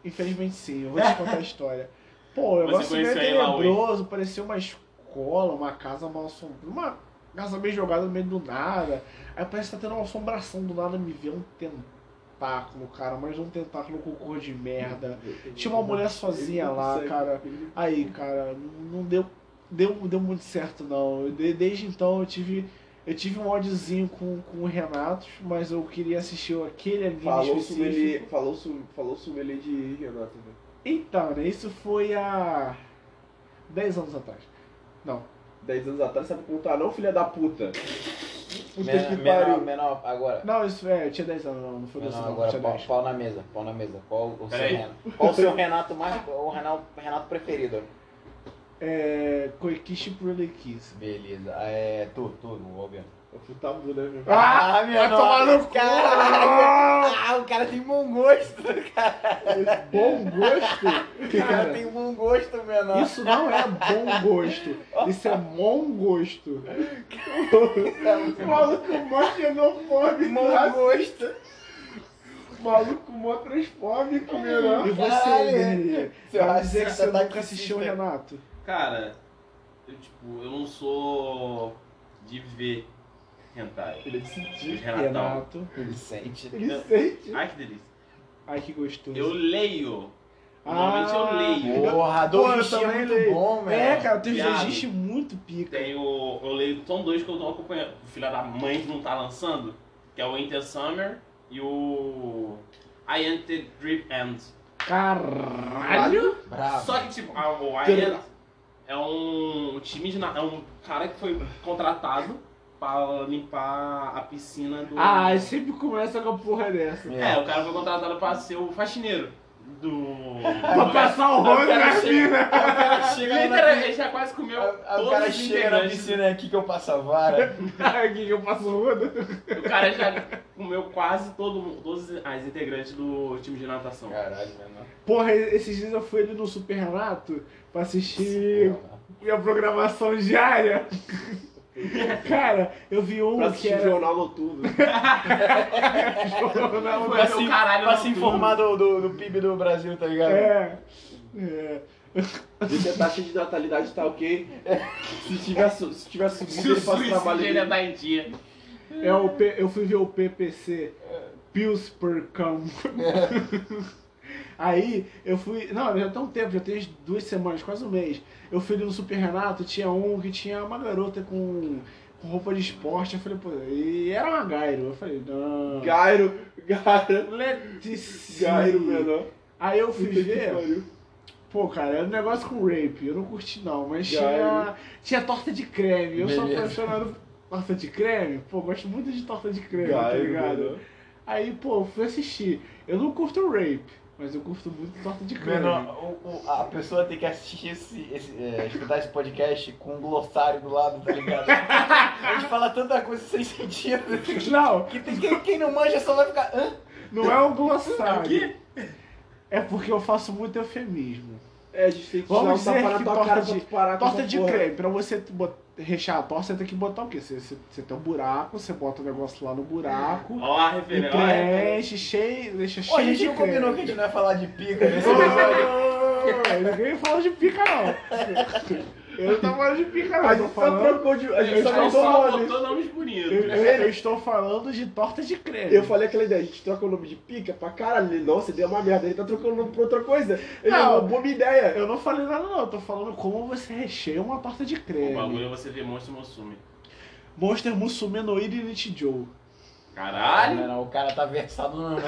Infelizmente sim, eu vou te contar a história. Pô, o Você negócio meio conheceu a Ilaoi? tenebroso, parecia uma escola, uma casa mal assombrada, uma casa meio jogada no meio do nada. Aí parece que tá tendo uma assombração do nada, me vê um tentáculo, cara, mas um tentáculo com cor de merda. Tinha uma mulher sozinha lá, cara. Aí, cara, não deu, deu, deu muito certo, não. Eu de- desde então eu tive, eu tive um ódiozinho com, com o Renato, mas eu queria assistir aquele anime Falou específico. sommelier, falou, sum- falou sommelier de Renato, velho. Então, né, isso foi há 10 anos atrás. Não, 10 anos atrás, sabe contar não, filha da puta? Puta Menor, que menor, pariu. menor, agora. não, isso é, eu tinha 10 anos, não, não foi 10 anos, Menor, não, agora, é tinha pau, 10. pau na mesa, pau na mesa. Qual o seu Peraí. Renato? Qual o seu Renato mais. O Renato, Renato preferido? É, Koikishi Prelekis. Beleza. É. Tu, tu, o Albino. Eu fui tabu, né, meu? Ah, meu vai tomar no cu! Caralho! Ah, o cara tem bom gosto, cara. Bom gosto? O cara Cara, tem bom gosto, menor. isso não é bom gosto, isso é bom gosto. um O maluco mó xenofóbico, Bom gosto. o maluco mó transfóbico, meu. né? E Caralho, você, Bernie? Seu Vai dizer que né? racista é. você tá nunca taxista. assistiu o Renato? Cara, eu tipo, eu não sou de ver hentai. Ele sentiu, Os Renatão. Ele sente. ele sente. Ai que delícia. Ai, que gostoso. Eu leio. Ah. Normalmente eu leio. Porra, Pô, eu Adolfo é também muito leio. bom, velho. É, cara, tem Viado. gente muito pica. Tenho, eu leio, são dois que eu tô acompanhando. O filho da mãe que não tá lançando, que é o Inter Summer e o I End the Drip Ends. Caralho! Bravo. Só que, tipo, a- o Ian é um time de. na- É um cara que foi contratado pra limpar a piscina do. Ah, sempre começa com a porra dessa. É, o cara foi contratado pra ser o faxineiro do. Pra passar o rodo cara na chega- mina. O cara chega lá na- Literalmente, ele já quase comeu. A- a- todos É, O cara os chega na integrantes. piscina aqui que eu passo a vara. Aqui que eu passo o rodo. O cara já comeu quase todo, mundo- todas as integrantes do time de natação. É. Caralho, menor. Porra, esses dias eu fui ali no Super Renato pra assistir minha programação diária. Cara, eu vi um Pra que assistir era... jornal noturno. jornal Foi Pra meu se, caralho pra na se turma. informar do, do, do PIB do Brasil, tá ligado? É. É. Deixa a taxa de natalidade tá ok. Se tiver, su- se tiver Se subindo, o ele faz o trabalho suicídio dele. ainda tá em dia. É o P, eu fui ver o PPC, Pills per Cam. É. Aí eu fui. Não, já tem um tempo, já tem umas duas semanas, quase um mês. Eu fui ali no Super Renato, tinha um que tinha uma garota com, com roupa de esporte. Eu falei, pô, e era uma Gairo. Eu falei, não. Gairo, Gairo, Letícia. Gairo, menor. Aí eu fui Puta que ver. pariu. Pô, cara, era um negócio com rape, eu não curti não, mas tinha, Gairo. tinha torta de creme, eu sou Beleza. apaixonado por torta de creme, pô, gosto muito de torta de creme, tá Gairo, né? ligado? menor. Aí, pô, eu fui assistir, eu não curto rape, mas eu curto muito torta de creme. Menor, o- o- a pessoa tem que assistir esse, esse é, escutar esse podcast com um glossário do lado, tá ligado? A gente fala tanta coisa sem sentido. Não, Que tem, quem, quem não manja só vai ficar. Hã? não é um glossário. É porque eu faço muito eufemismo. É, a gente tem que Vamos tirar um dizer tapa na que tua torta cara de- Tá pra tu parar com Torta essa de porra. creme, pra você bot- rechear a torta, você tem que botar o quê? Você, você, você tem um buraco, você bota o negócio lá no buraco, Ó a e referência. ó a referência. preenche, cheio, deixa Ó, a cheio gente de não combinou que a creme. gente não ia falar de pica né? nesse episódio. Não, Ninguém fala de pica, não. Eu não tô falando de pica, não. A tô gente só Tá falando- trocou de. A gente tá Eu só estou Só, mudou só o nome. botou nomes Eu, bonitos. eu- eu estou falando de torta de creme. Eu falei aquela ideia, a gente troca o nome de pica pra caralho. Ele, Nossa, deu uma merda. Ele tá trocando o nome pra outra coisa. Ele Não. roubou minha ideia. Eu não falei nada, não. Eu tô falando como você recheia uma torta de O creme. bagulho você demonstra o Mosumi. Monster Musume no Irinit Joe. Caralho! Não, não, o cara tá versado no nome.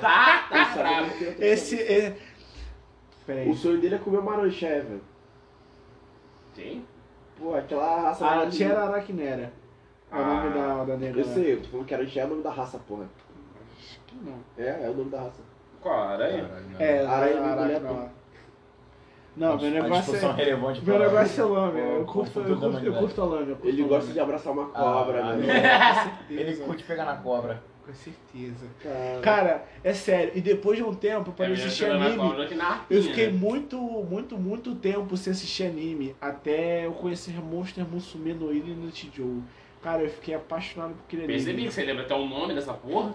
Tá, tá bravo. Esse. É... Peraí. O sonho dele é comer uma maranché, velho. Quem? Pô, aquela raça. Ah, malandrinha. Aratiera Aracnera. Ah, É o nome Ah, da, da nega. Eu lá. sei, eu tô falando que Aranché é o nome da raça, porra. Não. É, é o nome da raça. Ah, Qual aranha? Caralho, não. É, Araí- Araí- Araí- Araí- Araí- Não, meu A negócio discussão é. relevante pra Meu negócio é lâmina. pra- Eu pra curto, futuro eu da curto, eu humanidade. curto a lâmina. eu curto a Ele gosta lâmina. de abraçar uma cobra, né? Ah, Ele Certeza. curte pegar na cobra. Com certeza. Cara, Cara, é sério. E depois de um tempo, eu É, parei de assistir anime. Eu né? fiquei muito, muito, muito tempo sem assistir anime. Até eu conhecer Monster Musume no Ilha no Tijou. Cara, eu fiquei apaixonado por aquele anime. Percebi que você lembra até o nome dessa porra.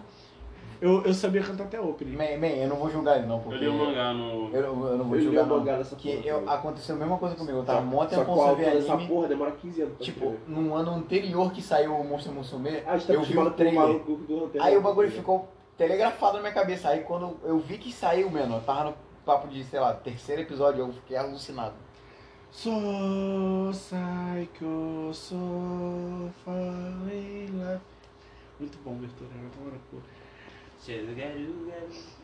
Eu, eu sabia cantar até opening. Man, man, eu não vou julgar ele não, Eu porque... li o é um mangá no. Eu, não- eu não vou é Eu li um julgar o não. mangá dessa Que porra, eu, cara. aconteceu a mesma coisa comigo. Eu tava mó só tempo que a sem ver altura dessa anime. porra demora 15 anos. pra Tipo, escrever. num ano anterior que saiu o Monstro Musume, Ah, a gente tá eu vi o acostumado com o trailer. maluco do Hunter. Aí o bagulho ficou telegrafado na minha cabeça. Aí quando eu vi que saiu, mano, eu tava no papo de, sei lá, terceiro episódio, eu fiquei alucinado. So psycho, so falling love. Muito bom, Bertolini. Vai tomar no cu.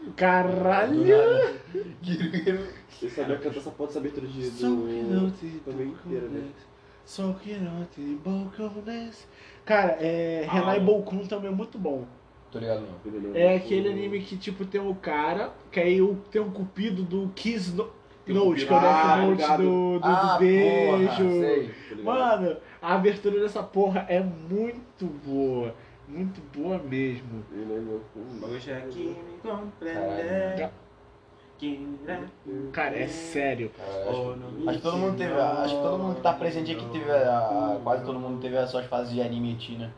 Do Caralho! nada. Que- Você sabia cantar essa porra dessa abertura de. um So que não Do... te também inteiro, né? balcones. So que não te balcones. Cara, é, Renai Bokun também é muito bom. Tô ligado não. É aquele anime que, tipo, tem o cara, que aí o- tem um cupido do Kiss no... Tem um Note, que é o cupido. Death Ah, Note ligado. do, do, do Ah, porra, beijo. sei. Mano, a abertura dessa porra é muito boa. Muito boa mesmo. Hoje é que me Caralho. compreender. Queira. Cara, é sério. Caralho, Acho que- acho que todo mundo teve, acho que todo mundo que tá presente aqui teve, a, quase todo mundo teve as suas fases de anime eti, né?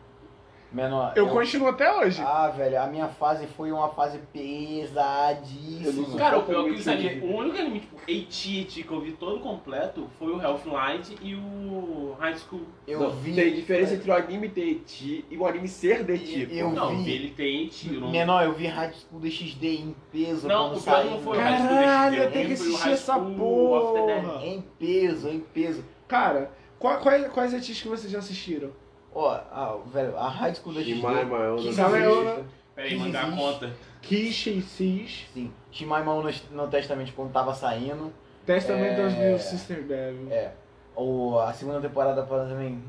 Menor. Eu continuo até hoje. É um Ah, velho, a minha fase foi uma fase pesadíssima. Cara, o pior é que isso ali, o único anime, tipo, AT&T que eu vi todo completo foi o Health Light e o High School. eu Não, vi. Tem diferença tipo. entre o anime DT e o anime ser DT. Eu não, vi. ele tem AT, eu não Menor, eu vi High School DxD em peso Não, quando o pior saiu. não foi o mano. High School Caralho, DxD, eu tenho que foi o assistir High essa School of the Dead. porra. Em peso, em peso. Cara, qual- qual- quais artistas que vocês já assistiram? Ó, ah, velho, a High School DxD. Shimaima é o nome Que Sabe, existe. eu- Peraí, mandar a Jesus. conta. Kiss e Sis, Sim, Shimaima no, no Testamento quando tava saindo. Testament É. of New Sister Devil. É. Ou a segunda temporada pra também.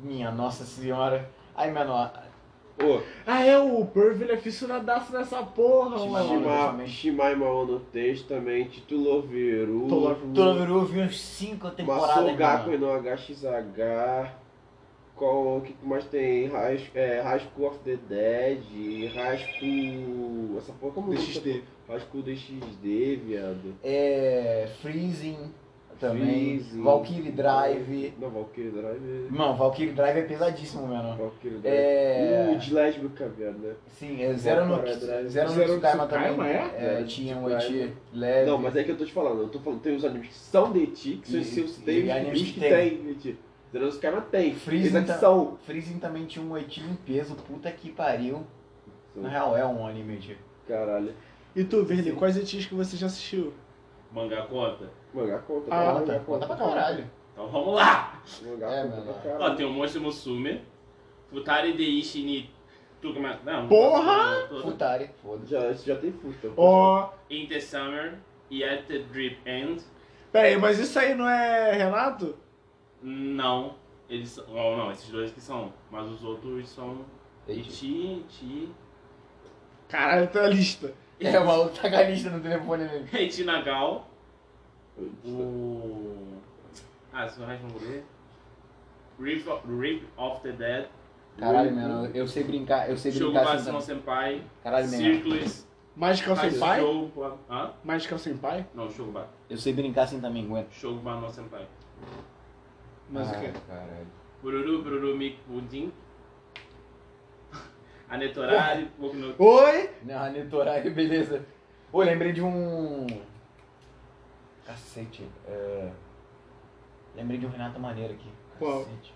Minha nossa senhora. Ai, menor. Ô, Ah, é, o Pervil é fissuradaço nessa porra, Sim, mano. mano. Shima- Shimaima Ono Testamento, Titulo Veru, Tô lá pro- Tonoveru eu vi uns cinco temporadas. Masou Gaku mano. no HXH. Qual, o que que mais tem? High- É, High School of the Dead, High School... Essa porra como... é DxD. High School DXD, viado. É. Freezing também. Freezing. Valkyrie Drive. Não, Valkyrie Drive... Não, Valkyrie Drive é pesadíssimo, menor. Valkyrie Drive... É. O de lésbica, viado, né? Sim, é Zero no Valkyrie Drive. Zero Zero no no Tsukaima Tsukaima, também. é? É, tinha um Zero no Eti leve. Não, mas é que eu tô te falando, eu tô falando, tem os animes que são de ti, que são E- os seus e tem, animes os que que tem. tem de ti. Zeros Karma tem, Freeza Freeza que tá- são. Freezing também tinha um Eti em peso, puta que pariu. Sim. Na real, é um anime de. Caralho. E tu, Verli, quais artistas que você já assistiu? Mangá conta? Mangá conta, Ah, mangá Conta, tá? conta pra caralho. Então vamos lá! Mangá É, conta mano. pra Ó, caralho. tem o Monstro Musume, Futari Deishi ni Tukuma... Não, Porra! Tô- Futari, foda-se. Já, já tem fusta. Ó, In the Summer e At the Drip End. peraí, mas isso aí não é Renato? Não, eles são... Não, não, esses dois que são. Mas os outros são... Eti. Iti, Iti... Caralho, tá na lista. É, o maluco tá com a lista no telefone né? dele. Iti Nagal. O... Ah, se o resto não morrer. Rip, Rip of the Dead. Caralho, mano, eu sei brincar, eu sei brincar Shogubatsu no assim. Senpai. Caralho, mano, Circles. Magical Senpai? Kaijou, Hã? Magical Senpai? Não, Shogubatsu. eu sei brincar assim também, aguenta. Shogubatsu no Senpai. Mas Ah. o quê? Caralho. Bururu, bururu, mic, pudim. Anetorari, pouco no... Oi! Não, Netorai, Né, beleza. Ô, lembrei de um. Cacete. é, Lembrei de um Renato Maneiro aqui. Qual? Cacete.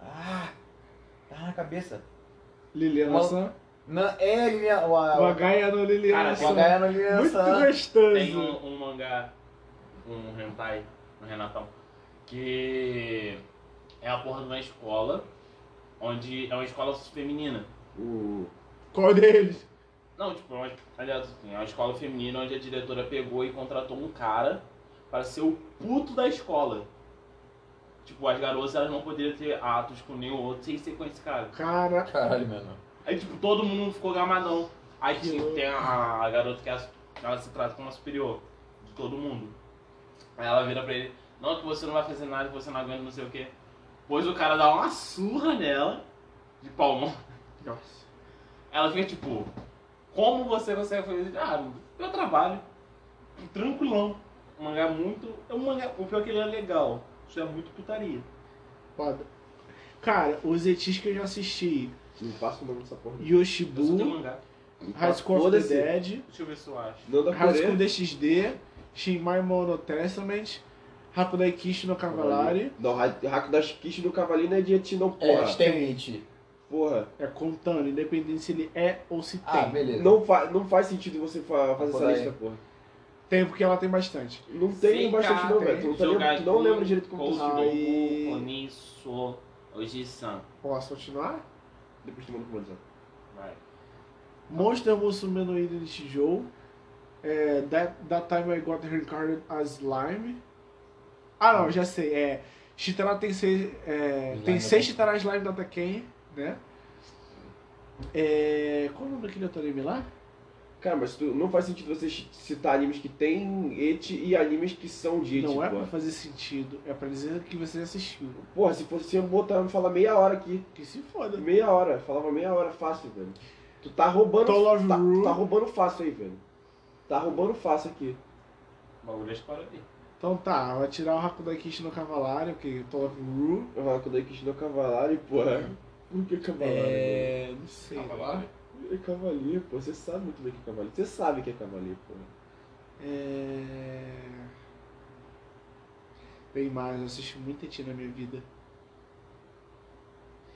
Ah! Tá na cabeça. Liliana Uma- Sam. Não, é, ele. O, O H é no Liliana Cara, o Sam. H é no Lilian Muito Sam. Tem gostoso. um, um mangá, um hentai, um Renatão, que é a porra de uma escola, onde é uma escola feminina. Qual deles? Não, tipo, é uma, aliás, assim, é uma escola feminina onde a diretora pegou e contratou um cara para ser o puto da escola. Tipo, as garotas elas não poderiam ter atos com nenhum outro sem ser com esse cara. Cara, Caralho, mano. Aí, tipo, todo mundo ficou gamadão. Aí tinha- tem a, a garota que ela, ela se trata como a superior de todo mundo. Aí ela vira pra ele, não, que você não vai fazer nada, que você não aguenta, não sei o quê. Pois o cara dá uma surra nela, de palmão. Nossa. Ela fica tipo, como você consegue fazer isso? Ah, eu trabalho. Tranquilão. Um mangá muito. É um mangá. O pior é que ele é legal. Isso é muito putaria. foda. Cara, os etis que eu já assisti. Não passa o nome dessa porra. Eu só tenho Yoshibu, mangá. High School of the Foda-se. Dead, Deixa eu ver se eu acho. Não da High School Coreia. DXD, Shinmai Mono Testament, Rapudai Kishi no Cavalari. Não, Ra- Haku da Kishi do Cavalino é de Eti, não, É, porra. Stenwich. Porra. É contando, independente se ele é ou se Ah, tem. beleza. Não, fa não faz sentido você fa fazer essa Kodai. lista, porra. Tem porque ela tem bastante. Não tem Sim, bastante cara, não, tem. velho. Tu não, tá Jogar lembrando- tu não com- lembra direito como tu Cold se Ah, e- Dogo, Koniso, Oji-san. Posso continuar? Ah. Depois um tu manda pro Manzan. Vai. Monster Musume no Iden Shijou. É, that, that Time I Got Reincarnated as Slime. Ah, não, já sei. É, Chitara tem seis, é, Slime tem da seis Tekken. Chitara Slime da Tekken, né? É, qual o nome daquele outro anime lá? Cara, mas tu, não faz sentido você ch- citar animes que tem Eti e animes que são de Eti, não é pra porra. fazer sentido, é pra dizer que você assistiu. Porra, se fosse eu botar, eu falar meia hora aqui. Que se foda. Meia hora. Falava meia hora fácil, velho. Tu tá roubando... Tô Love Tá, Ru. tu tá roubando fácil aí, velho. Tá roubando fácil aqui. O bagulho é escorpião. Então tá, vai tirar o Haku da Kishi no Cavalário, que tô Love Ru. O Haku da Kishi do Cavalari, porra. Por que Cavalari? velho? É. Não sei. né? É Cavalier, pô. Você sabe muito bem que é Cavalier. Você sabe que é Cavalier, pô. É... Tem mais, eu assisti muito ET na minha vida.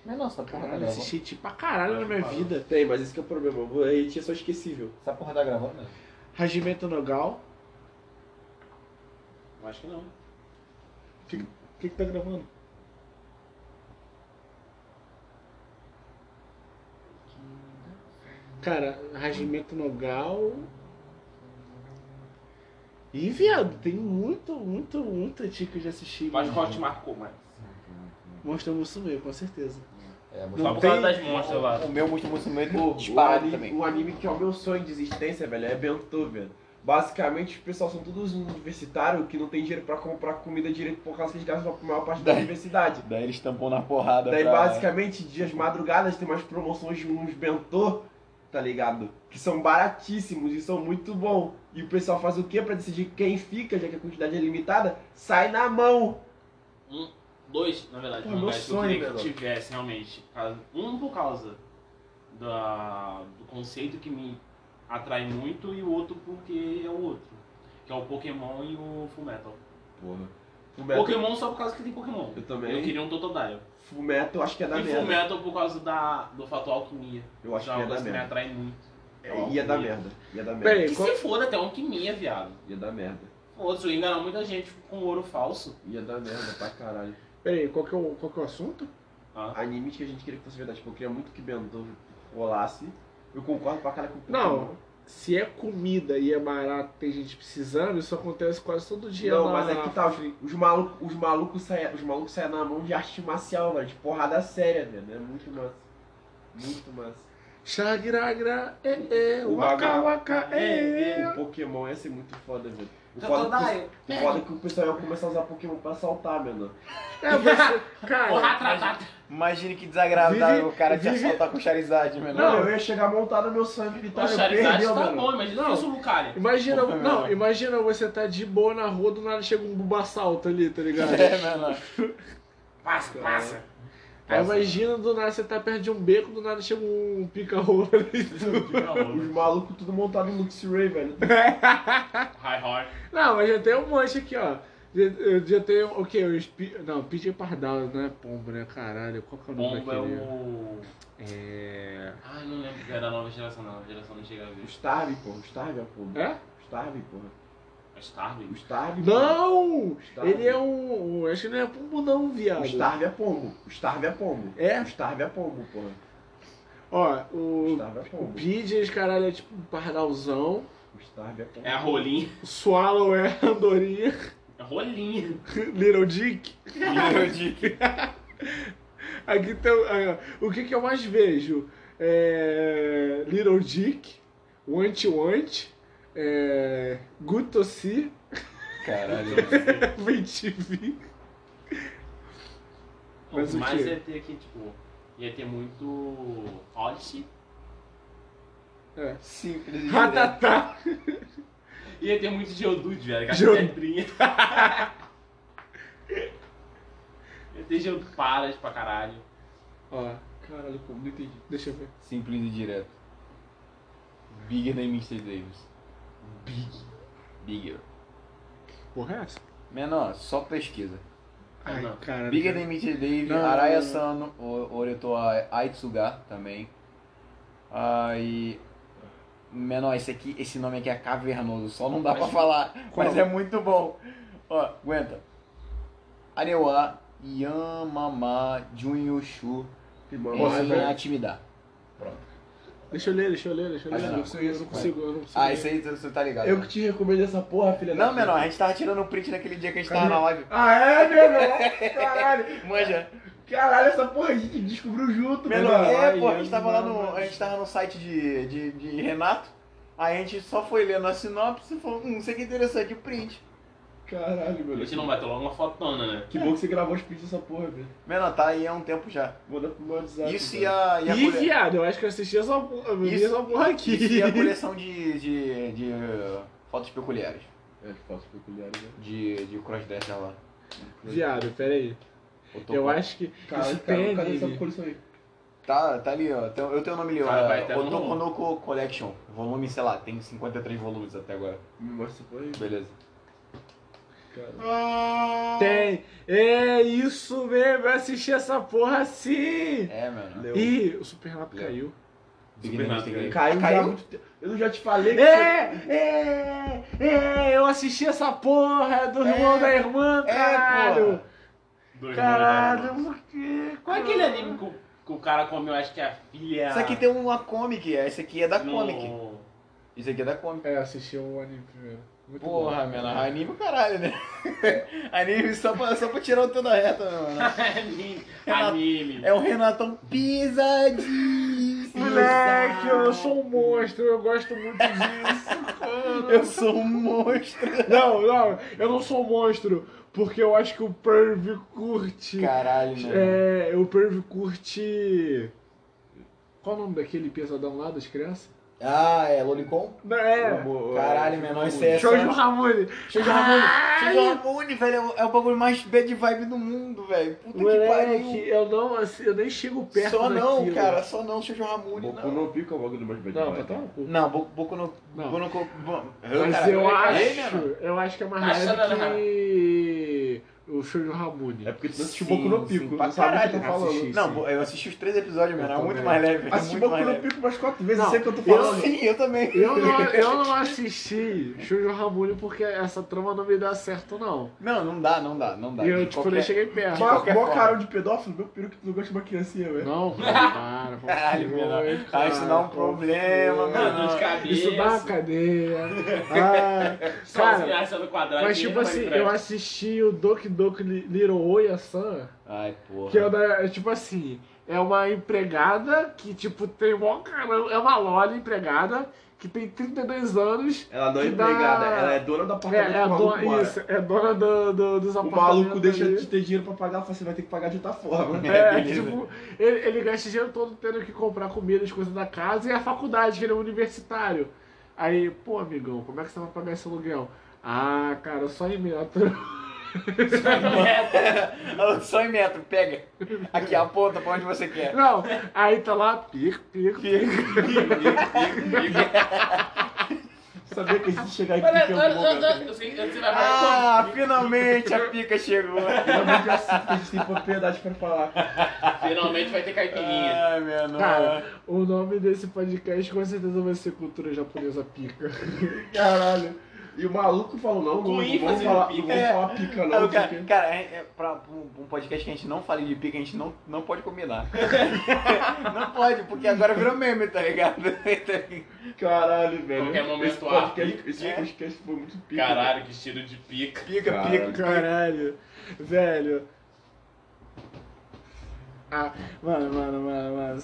Mas nossa, porra tá Caralho, eu gravando. assisti ET pra caralho na minha vida. Tem, mas esse que é o problema. A Eti é só esquecível. Essa porra tá gravando mesmo? Hajimento Nogal. Eu Acho que não. O que que tá gravando? Cara, Hajimento Nogal... Ih, viado, tem muito, muito, muito ET que eu já assisti. Mas mano. qual te marcou mais? Monstro Musume, com certeza. É, Não Só por muito causa tem- das monstras lá. O meu último meio Pô, disparado um anime, também. um anime que é o meu sonho de existência, velho, é Bentô, velho. Basicamente, os pessoal são todos universitários que não tem dinheiro pra comprar comida direito por causa que eles gastam a maior parte da Daí- universidade. Daí eles tampam na porrada. Daí, pra- basicamente, dias madrugadas tem umas promoções de uns Bentô, tá ligado? Que são baratíssimos e são muito bons. E o pessoal faz o quê pra decidir quem fica, já que a quantidade é limitada? Sai na mão! Dois, na verdade, Pô, mangás meu que eu sonho, queria que velho. tivesse realmente. por causa- Um por causa da, do conceito que me atrai muito e o outro porque é o outro. Que é o Pokémon e o Fullmetal. Porra. Fullmetal, Pokémon só por causa que tem Pokémon. eu Eu também. queria um Totodile. Fullmetal, acho que é da E merda. Fullmetal por causa da, do fator alquimia. Eu acho é uma que ia dar coisa que me merda. É, atrai muito. Ia dar alquimia. merda. Ia dar merda. Peraí, Que qual- se foda até alquimia, viado. Ia dar merda. Outros enganaram muita gente com ouro falso. Ia dar merda pra caralho. Peraí, qual que, é o, qual que é o assunto? Animes que a gente queria que fosse verdade. Tipo, eu queria muito que Bendor rolasse. Eu concordo pra caralho com o Não, Se é comida e é barato, tem gente precisando, isso acontece quase todo dia. Não, na- mas é que tá, os, os malucos os malucos saem os malucos saem na mão de arte marcial, mano, de porrada séria, velho. É muito massa. Muito massa. Chagragra, é, é, O waka bagulho- waka, é, é. O Pokémon ia ser muito foda, velho. O foda, é Totodile. que, o foda é que o pessoal ia começar a usar Pokémon pra assaltar, mano. É, Imagina que desagradável Vive- o cara te vive- assaltar com Charizard, meu irmão. Não, eu ia chegar montado no meu sangue Tá, o vitário, Charizard perdeu, tá mano. bom, imagina se fosse o Lucario. Imagina, Puta, não, meu. imagina você tá de boa na rua, do nada chega um bubassalto ali, tá ligado? É, meu irmão. Passa, passa. Aí imagina, do nada você tá perto de um beco, do nada chega um pica-rola ali. Os malucos tudo montado em Luxray, velho. Hi, hi. Não, mas já tem um monte aqui, ó. Já, eu já tem o quê? Os pi- Não, Pidgey Pardal, não é pombo, né? Caralho, qual que é o nome Bomba é daquele? o. É... Ah, não lembro que era a nova geração, não. A geração não chega a O ver. Starve, porra. O Starve é a porra. É? O Starve, porra. É O Starling? Starve, é porra. Não! Starve. Ele é um... Acho que não é pombo não, viado. O Starve é pombo. O Starve é pombo. É? O Starve é pombo, porra. Ó, O o... Starve é O pombo. Pidgey, esse caralho, é tipo um pardalzão. O Starve é pombo. É a rolinha. O Swallow é andorinha. É rolinha. Little Dick. Meu Deus. Aqui tem... o- ah, O que que eu mais vejo? É... Little Dick. Want Want. É... Gutossi. Caralho. VTV. Mas Mas, o quê? ia ter aqui, tipo, ia ter muito Odyssey, Simples. e direto. Ratatá. ia ter muito Geodude, velho, com as Geodude. pedrinhas. ia ter Geodude Paras pra caralho. Ó, caralho, como não entendi. Deixa eu ver. Simples e direto. Bigger than Mr. Davis. Big. Bigger. Porra, é essa? Menor, só pesquisa. Ah, não. cara. Bigger than Mr. Davis, Não, Araya não, Sano, O- Oreto A- Aitsuga também. Aí. Menor, esse aqui, esse nome aqui é cavernoso, só não dá pra falar, qual? mas é muito bom. Ó, aguenta. Arewa Yamama Junyushu Irmão, Esse velho. é Atimida. Deixa eu ler, deixa eu ler, deixa eu Ah, ler. não. é, Eu não consigo, eu não consigo. Eu não consigo Ah, ler. isso aí você tá ligado. Eu né? que te recomendo essa porra, filha da Não, puta. menor, a gente tava tirando o print naquele dia que a gente tava na live. Ah, é, menor? Caralho. Manja. Caralho, essa porra a gente descobriu junto, Menor, é, Ai, pô, a ai, gente tava lá no. mano. A gente tá- tava no site de, de, de Renato, aí a gente só foi lendo a sinopse e falou, hum, isso aqui é interessante, o print. Caralho, A mano. gente não vai ter logo uma fotona, né? Que bom que você gravou os pedidos dessa porra, velho. Menor, tá aí há um tempo já. Manda pro meu WhatsApp. Isso e velho. a. E a Ih, cole- viado, eu acho que eu assisti essa porra, eu vi Isso- essa porra aqui. isso e a coleção de. de. de uh, fotos peculiares. É, fotos peculiares, né? De, de crossdresser lá. Viado, pera aí. tô eu com- acho que Caralho, isso tem cara, cadê essa anime. coleção aí? Tá, tá ali, ó. Tem- Eu tenho o nome ali, ó. Cara, vai até no- Otokonoko Collection. Volume, sei lá, tem 53 volumes até agora. Me mostra essa porra aí, Beleza. cara. tem. É isso mesmo, eu assisti essa porra assim. É, mano. Leu. Ih, o Super Lap Leo. caiu. Big Name Instagram. Caiu, já há Caiu? muito tempo. Eu já te falei que É, é, é, eu assisti essa porra do irmão É, da irmã, é, caralho. Dois Caralho, moleques. por quê? Qual é aquele anime que o, que o cara come, eu acho que é a filha. Isso aqui tem uma comic, é. Isso aqui é da comic. No... Isso aqui é da comic. É, eu assisti o anime primeiro. Muito Porra, bom. mano, anime o caralho, né? anime só pra, só pra tirar o teu da reta, meu mano. anime. Anime. É o Renatão pisadinho. Moleque, eu sou um monstro, eu gosto muito disso, cara. Eu sou um monstro. Não, não, eu não sou um monstro, porque eu acho que o Perv curte. Caralho, né? É, o Perv curte. Qual o nome daquele pesadão lá das crianças? Ah, é Lolicon? Não, é. Caralho, menor, isso é Show só... de Ramone. Shoujo Ramune. Shoujo Ramune, velho, é o- é o bagulho mais bad vibe do mundo, velho. Puta que Moleque, pariu. eu não, assim, eu nem chego perto Só não, daquilo. cara, só não, Shoujo Ramune, Boku não. no Pico né? é o bagulho mais bad Não, vibe. pra tomar um cu. Não, Boku, Boku no... Não. Boku no... Bom, Mas caralho, eu falei, né, acho, mano? eu acho que é mais Acho leve nada. que o show de Ramune. É porque tu não assistiu Sim, Boku no sim, Pico. pra não sabe o que caralho, eu tô tá falando. assisti. Não, sim. pô, eu assisti os três episódios, mano. Eu É muito também. mais leve. é Assisti muito Boku mais no leve. Pico umas quatro vezes, Não, eu sei o que eu tô eu falando. Sim, eu também. Eu não, eu não assisti Shoujo Ramune porque essa trama não me dá certo, não. Não, não dá, não dá, não dá. E eu, De tipo, qualquer- nem cheguei perto. De Mó qualquer mó forma. carão de pedófilo, meu peru que tu não gosta de uma criancinha, velho. Não, cara, para. por Caralho, favor, menor. Ah, cara, isso dá um por problema, favor. Mano, mano. de cabeça. Isso dá uma cadeia. Ah, Só os cara, crianças no quadrado. mas tipo ninguém assim, vai eu assisti o Doki Doki Little Oya-san, Ai, porra. que é o da, é né, tipo assim, é uma empregada que, tipo, tem mó caramba. É uma Loli empregada que tem 32 anos. Ela não é Que dá- empregada, ela é dona do É, apartamento. é, do maluco dona, mora. isso, é dona do, do- dos O apartamentos. maluco deixa ali. de ter dinheiro pra pagar, fala, você vai ter que pagar de outra forma. É, beleza. tipo, ele, ele gasta dinheiro todo tendo que comprar comida, as coisas da casa e a faculdade, que ele é universitário. Aí, pô, amigão, como é que você vai pagar esse aluguel? Ah, cara, só em metro. É, é Ela só em metro, pega. Aqui, aponta pra onde você quer. Não, aí tá lá, pico, pico, pico. Sabia que a gente chegar aqui Pera, que é um olha, bom olha, lugar. olha, Você você vai pagar Ah, finalmente a pica chegou. Realmente é assim que a gente tem propriedade pra falar. Ah. quanto? Finalmente vai ter caipirinha. Ai, meu nome. Cara, Ah. o nome desse podcast com certeza vai ser Cultura Japonesa Pica. Caralho. E o maluco falou, não, Com não, não vamos ênfase falar, no não pica. vamos falar pica é. Aí não, o cara, porque... cara, é- é pra um, um podcast que a gente não fale de pica, a gente não, não pode combinar. não pode, porque agora virou meme, tá ligado? Caralho, velho. Qualquer momento, né? esse podcast, esse É. podcast foi muito pica. Caralho, que cheiro de pica. Pica, Cara. pica. Caralho. Velho. Ah, mano, mano, mano, mano.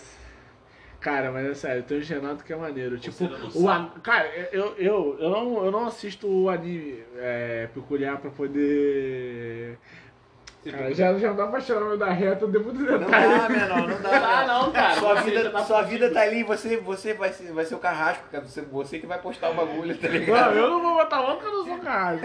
Cara, mas é sério, tem um Renato que é maneiro. Tipo, não o an... Cara, eu, eu, eu, não, eu não assisto o anime é, peculiar pra poder. Cara, já, já não dá pra chorar da reta, eu tá dei muito Não detalhe. dá, meu nome, não dá. Não dá, Ah, não, cara. Você Sua já vida, tá sua fudido. vida tá ali, você, você vai, ser, vai ser o carrasco, cara. Você, você que vai postar o bagulho, tá Não, ligado? eu não vou botar louco, eu não sou caralho.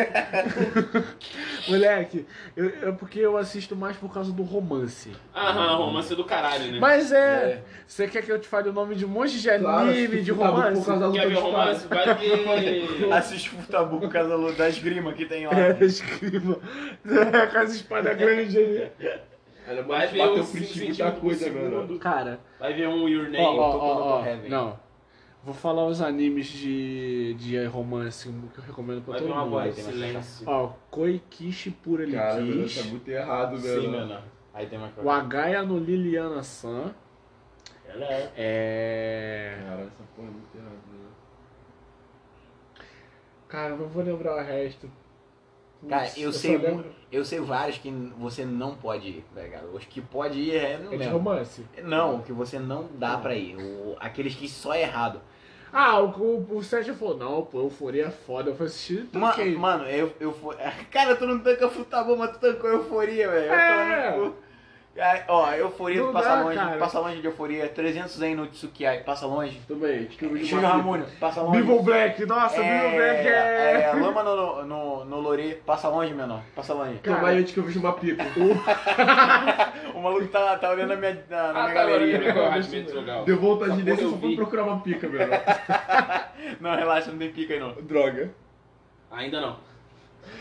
Moleque, eu, é porque eu assisto mais por causa do romance. Aham, Ah, romance do caralho, né? Mas é. Você quer que eu te fale o nome de um monte de anime, Claro, de tá bom, romance? por causa da luta Quer ver de espada. romance? Vai ter. Assiste o tabu por causa do- da esgrima que tem lá. É, escriba. É, com as espada grande ali. Ela Vai ver bateu o o princípio sentido da do coisa, mano. segundo. Cara, Vai ver um Your Name. ó, ó, tocando ó, pro ó, heaven. Não. Vou falar os animes de, de romance que eu recomendo pra Vai ver todo uma mundo. voz de tem mais silêncio. Ó, Koikishi Cara, mano, tá Purelikish, muito errado, velho. Sim, meu nome. Aí tem uma o Agaya no Liliana-san, Ela é. é... Cara, essa porra é muito errada, né? Cara, eu não vou lembrar o resto. Cara, Putz, eu, só sei, lembro- mu- eu sei vários que você não pode ir, tá ligado? Os que pode ir é. Não, É de lembro. romance. não o que você não dá pra ir. O- aqueles que só é errado. Ah, o, o, o Sérgio falou, não, pô, euforia é foda, eu "Então assisti Ma- troquei. Mano, eu, eu fui. Cara, tu não tanca futebol, mas tu tancou euforia, velho. Eu É. tô no cu. Cara, Ó, euforia, Não tu passa dá, longe, cara. passa longe de euforia. 300 zen no Tsukiai, passa longe. Tudo bem, descreva de Sugar Ramune, passa longe. Bibble Black, nossa, Bibble Black é... é, Lama no, no, no Lorê, passa longe, menor. Passa longe. Calma aí, antes que eu vejo uma pipa. O maluco tá, tá olhando na minha, na, na Ah, minha tá, agora eu galeria. lembrei qual é o Rasmento Jogal. Deu vontade Essa nesse, porra eu eu só fui vi. procurar uma pica, meu. irmão. Não, relaxa, não tem pica aí não. Droga. Ainda não.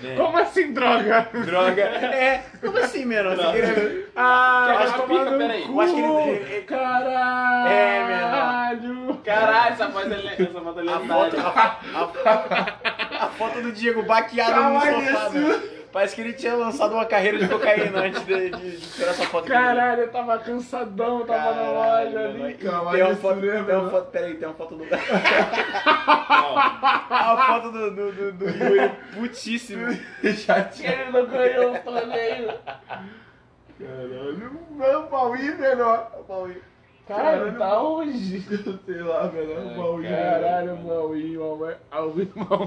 é. Como assim, droga? Droga. É, como assim, menor? Você queria... Ah, Eu vai acho que tomar pica, no peraí. cu. Eu acho que ele- ele- Caralho! Caralho, essa voz é le- essa voz é A foto, lendária. a- a- a foto do Diego baqueado no sofá, né? Parece que ele tinha lançado uma carreira de cocaína antes de, de- de tirar essa foto. Caralho, eu tava cansadão, tava na Caralho, loja menor. ali. E Caralho, tem uma isso foto, mesmo, tem uma né? foto, peraí, tem uma foto do... a foto do, do, do, do Yuri, putíssimo. Ele não ganhou o torneio. Caralho, é um mano, o Pauí, menor. O Pauí. Caralho, tá onde? É um Sei lá, é um menor. O Pauí. Caralho, Maui, Maui, Maui, Maui, Maui.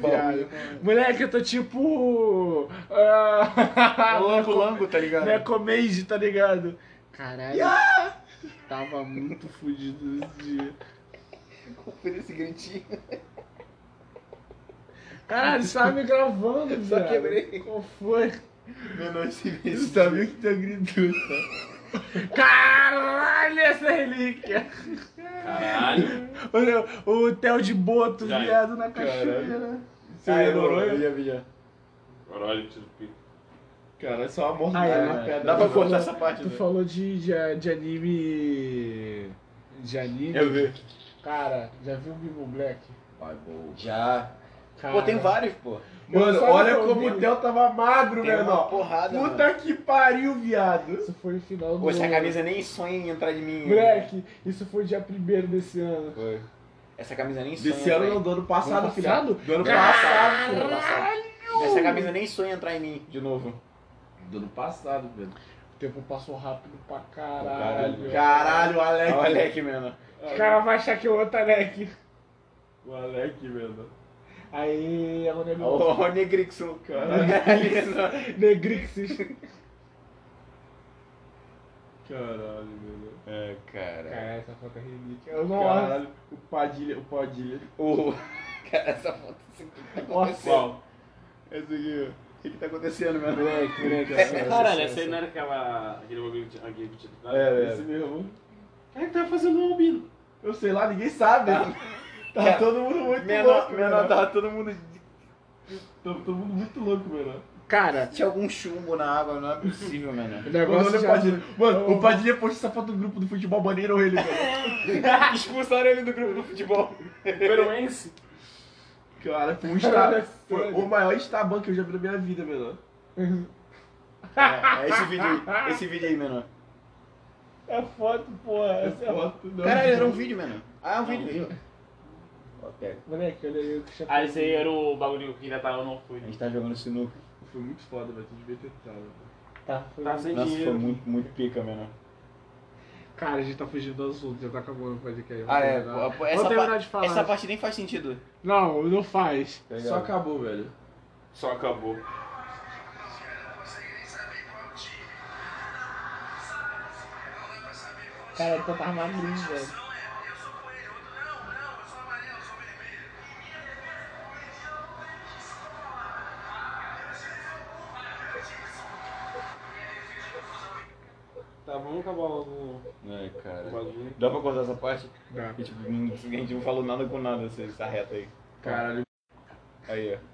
Viado. Moleque, eu tô tipo. é ah, Lango, lango, tá ligado? Né, comedy, tá ligado? Caralho. Tava muito fudido esse dia. Por esse gritinho. Caralho, você tava me gravando, velho. Só quebrei. Qual foi? Menor esse vídeo. Você tá vendo que tá gritando, tá? Caralho, essa relíquia. Caralho. O, o Theo de Boto, Já é. viado, na cachoeira. Seu Ah, Ian eu- Noronha. eu vi, já. Caralho, tiro pica. Cara, é só uma Ah, é, mordada na é. pedra. Dá pra mano. cortar essa parte, Tu né? falou de, de, de anime. De anime. Eu vi. Cara, já viu o Bibo Black? Vai, bom. Já. Cara, Pô, tem vários, pô. Mano, só olha não como vi. o Theo tava magro, Tem uma menor. porrada, mano. Puta que pariu, viado. Isso foi o final do. Pô, essa camisa é nem sonha em entrar de mim. Moleque, isso foi dia 1 desse ano. Foi. Essa camisa nem sonha. Desse entrar ano em- não, do ano passado, Ano filho. passado? Do ano Pô, passado, filho. passado. Essa camisa nem sonha entrar em mim de novo. Do ano passado, velho. tempo passou rápido pra caralho. Caralho, Alex. Olha aqui, menor. O cara vai achar que é o outro Alec. O Alex, velho. Aí é o negócio. Ó, o Negrixon, cara. Negrixis. Caralho, velho. É, cara. Caralho, essa foto é relíquia. Eu não olho. Caralho, o Padilha, o Padilha. O... Cara, essa foto assim, o que tá Nossa. acontecendo? Essa aqui, ó. O que que tá acontecendo, menor? Moleque, moleque. É, essa- Caralho, essa- essa aí não era aquela. aquele bagulho que tinha. aquele que tinha- É, Esse esse mesmo. Quem é que tá fazendo um albino? Eu sei lá, ninguém sabe. Tá Cara, todo mundo muito Menor, louco, menor, tava todo mundo... Tá todo mundo muito louco, menor. Cara, Tinha algum chumbo na água, não é possível, menor. o Mano, negócio olha o já... Padilha. Mano, o Padilha postou essa foto do grupo do futebol, baniram ele, velho. Expulsaram ele do grupo do futebol. Peruense? Cara, foi um Caralho, está... é foi sério. o maior Starban que eu já vi na minha vida, menor. É, é esse vídeo aí, esse vídeo aí, menor. É foto, porra. Essa é Foto, não. Caralho, era um vídeo, menor. Ah, é um vídeo. Ok. Moleque, olha aí o que Ah, esse aí era o bagulho que ainda tava no fui. A gente tá jogando sinuca. Foi muito foda, velho. Tu devia ter tentado. Tá, foi... Tá sem Nossa, foi dinheiro. muito, muito pica, menor. Cara, a gente tá fugindo do assunto, já tá acabando o podcast. Ah, é. Vamos terminar. pô, Vamos Essa, terminar de pa falar. essa parte nem faz sentido. Não, não faz. tá Só ligado? acabou, velho. Só acabou. Cara, ele tá magrinho, velho. Tá, vamos acabar o É, o cara. bagulho. Dá pra cortar essa parte? Dá. Porque, tipo, não- a gente não falou nada com nada, essa, essa reta aí. Caralho. tá Aí, ó.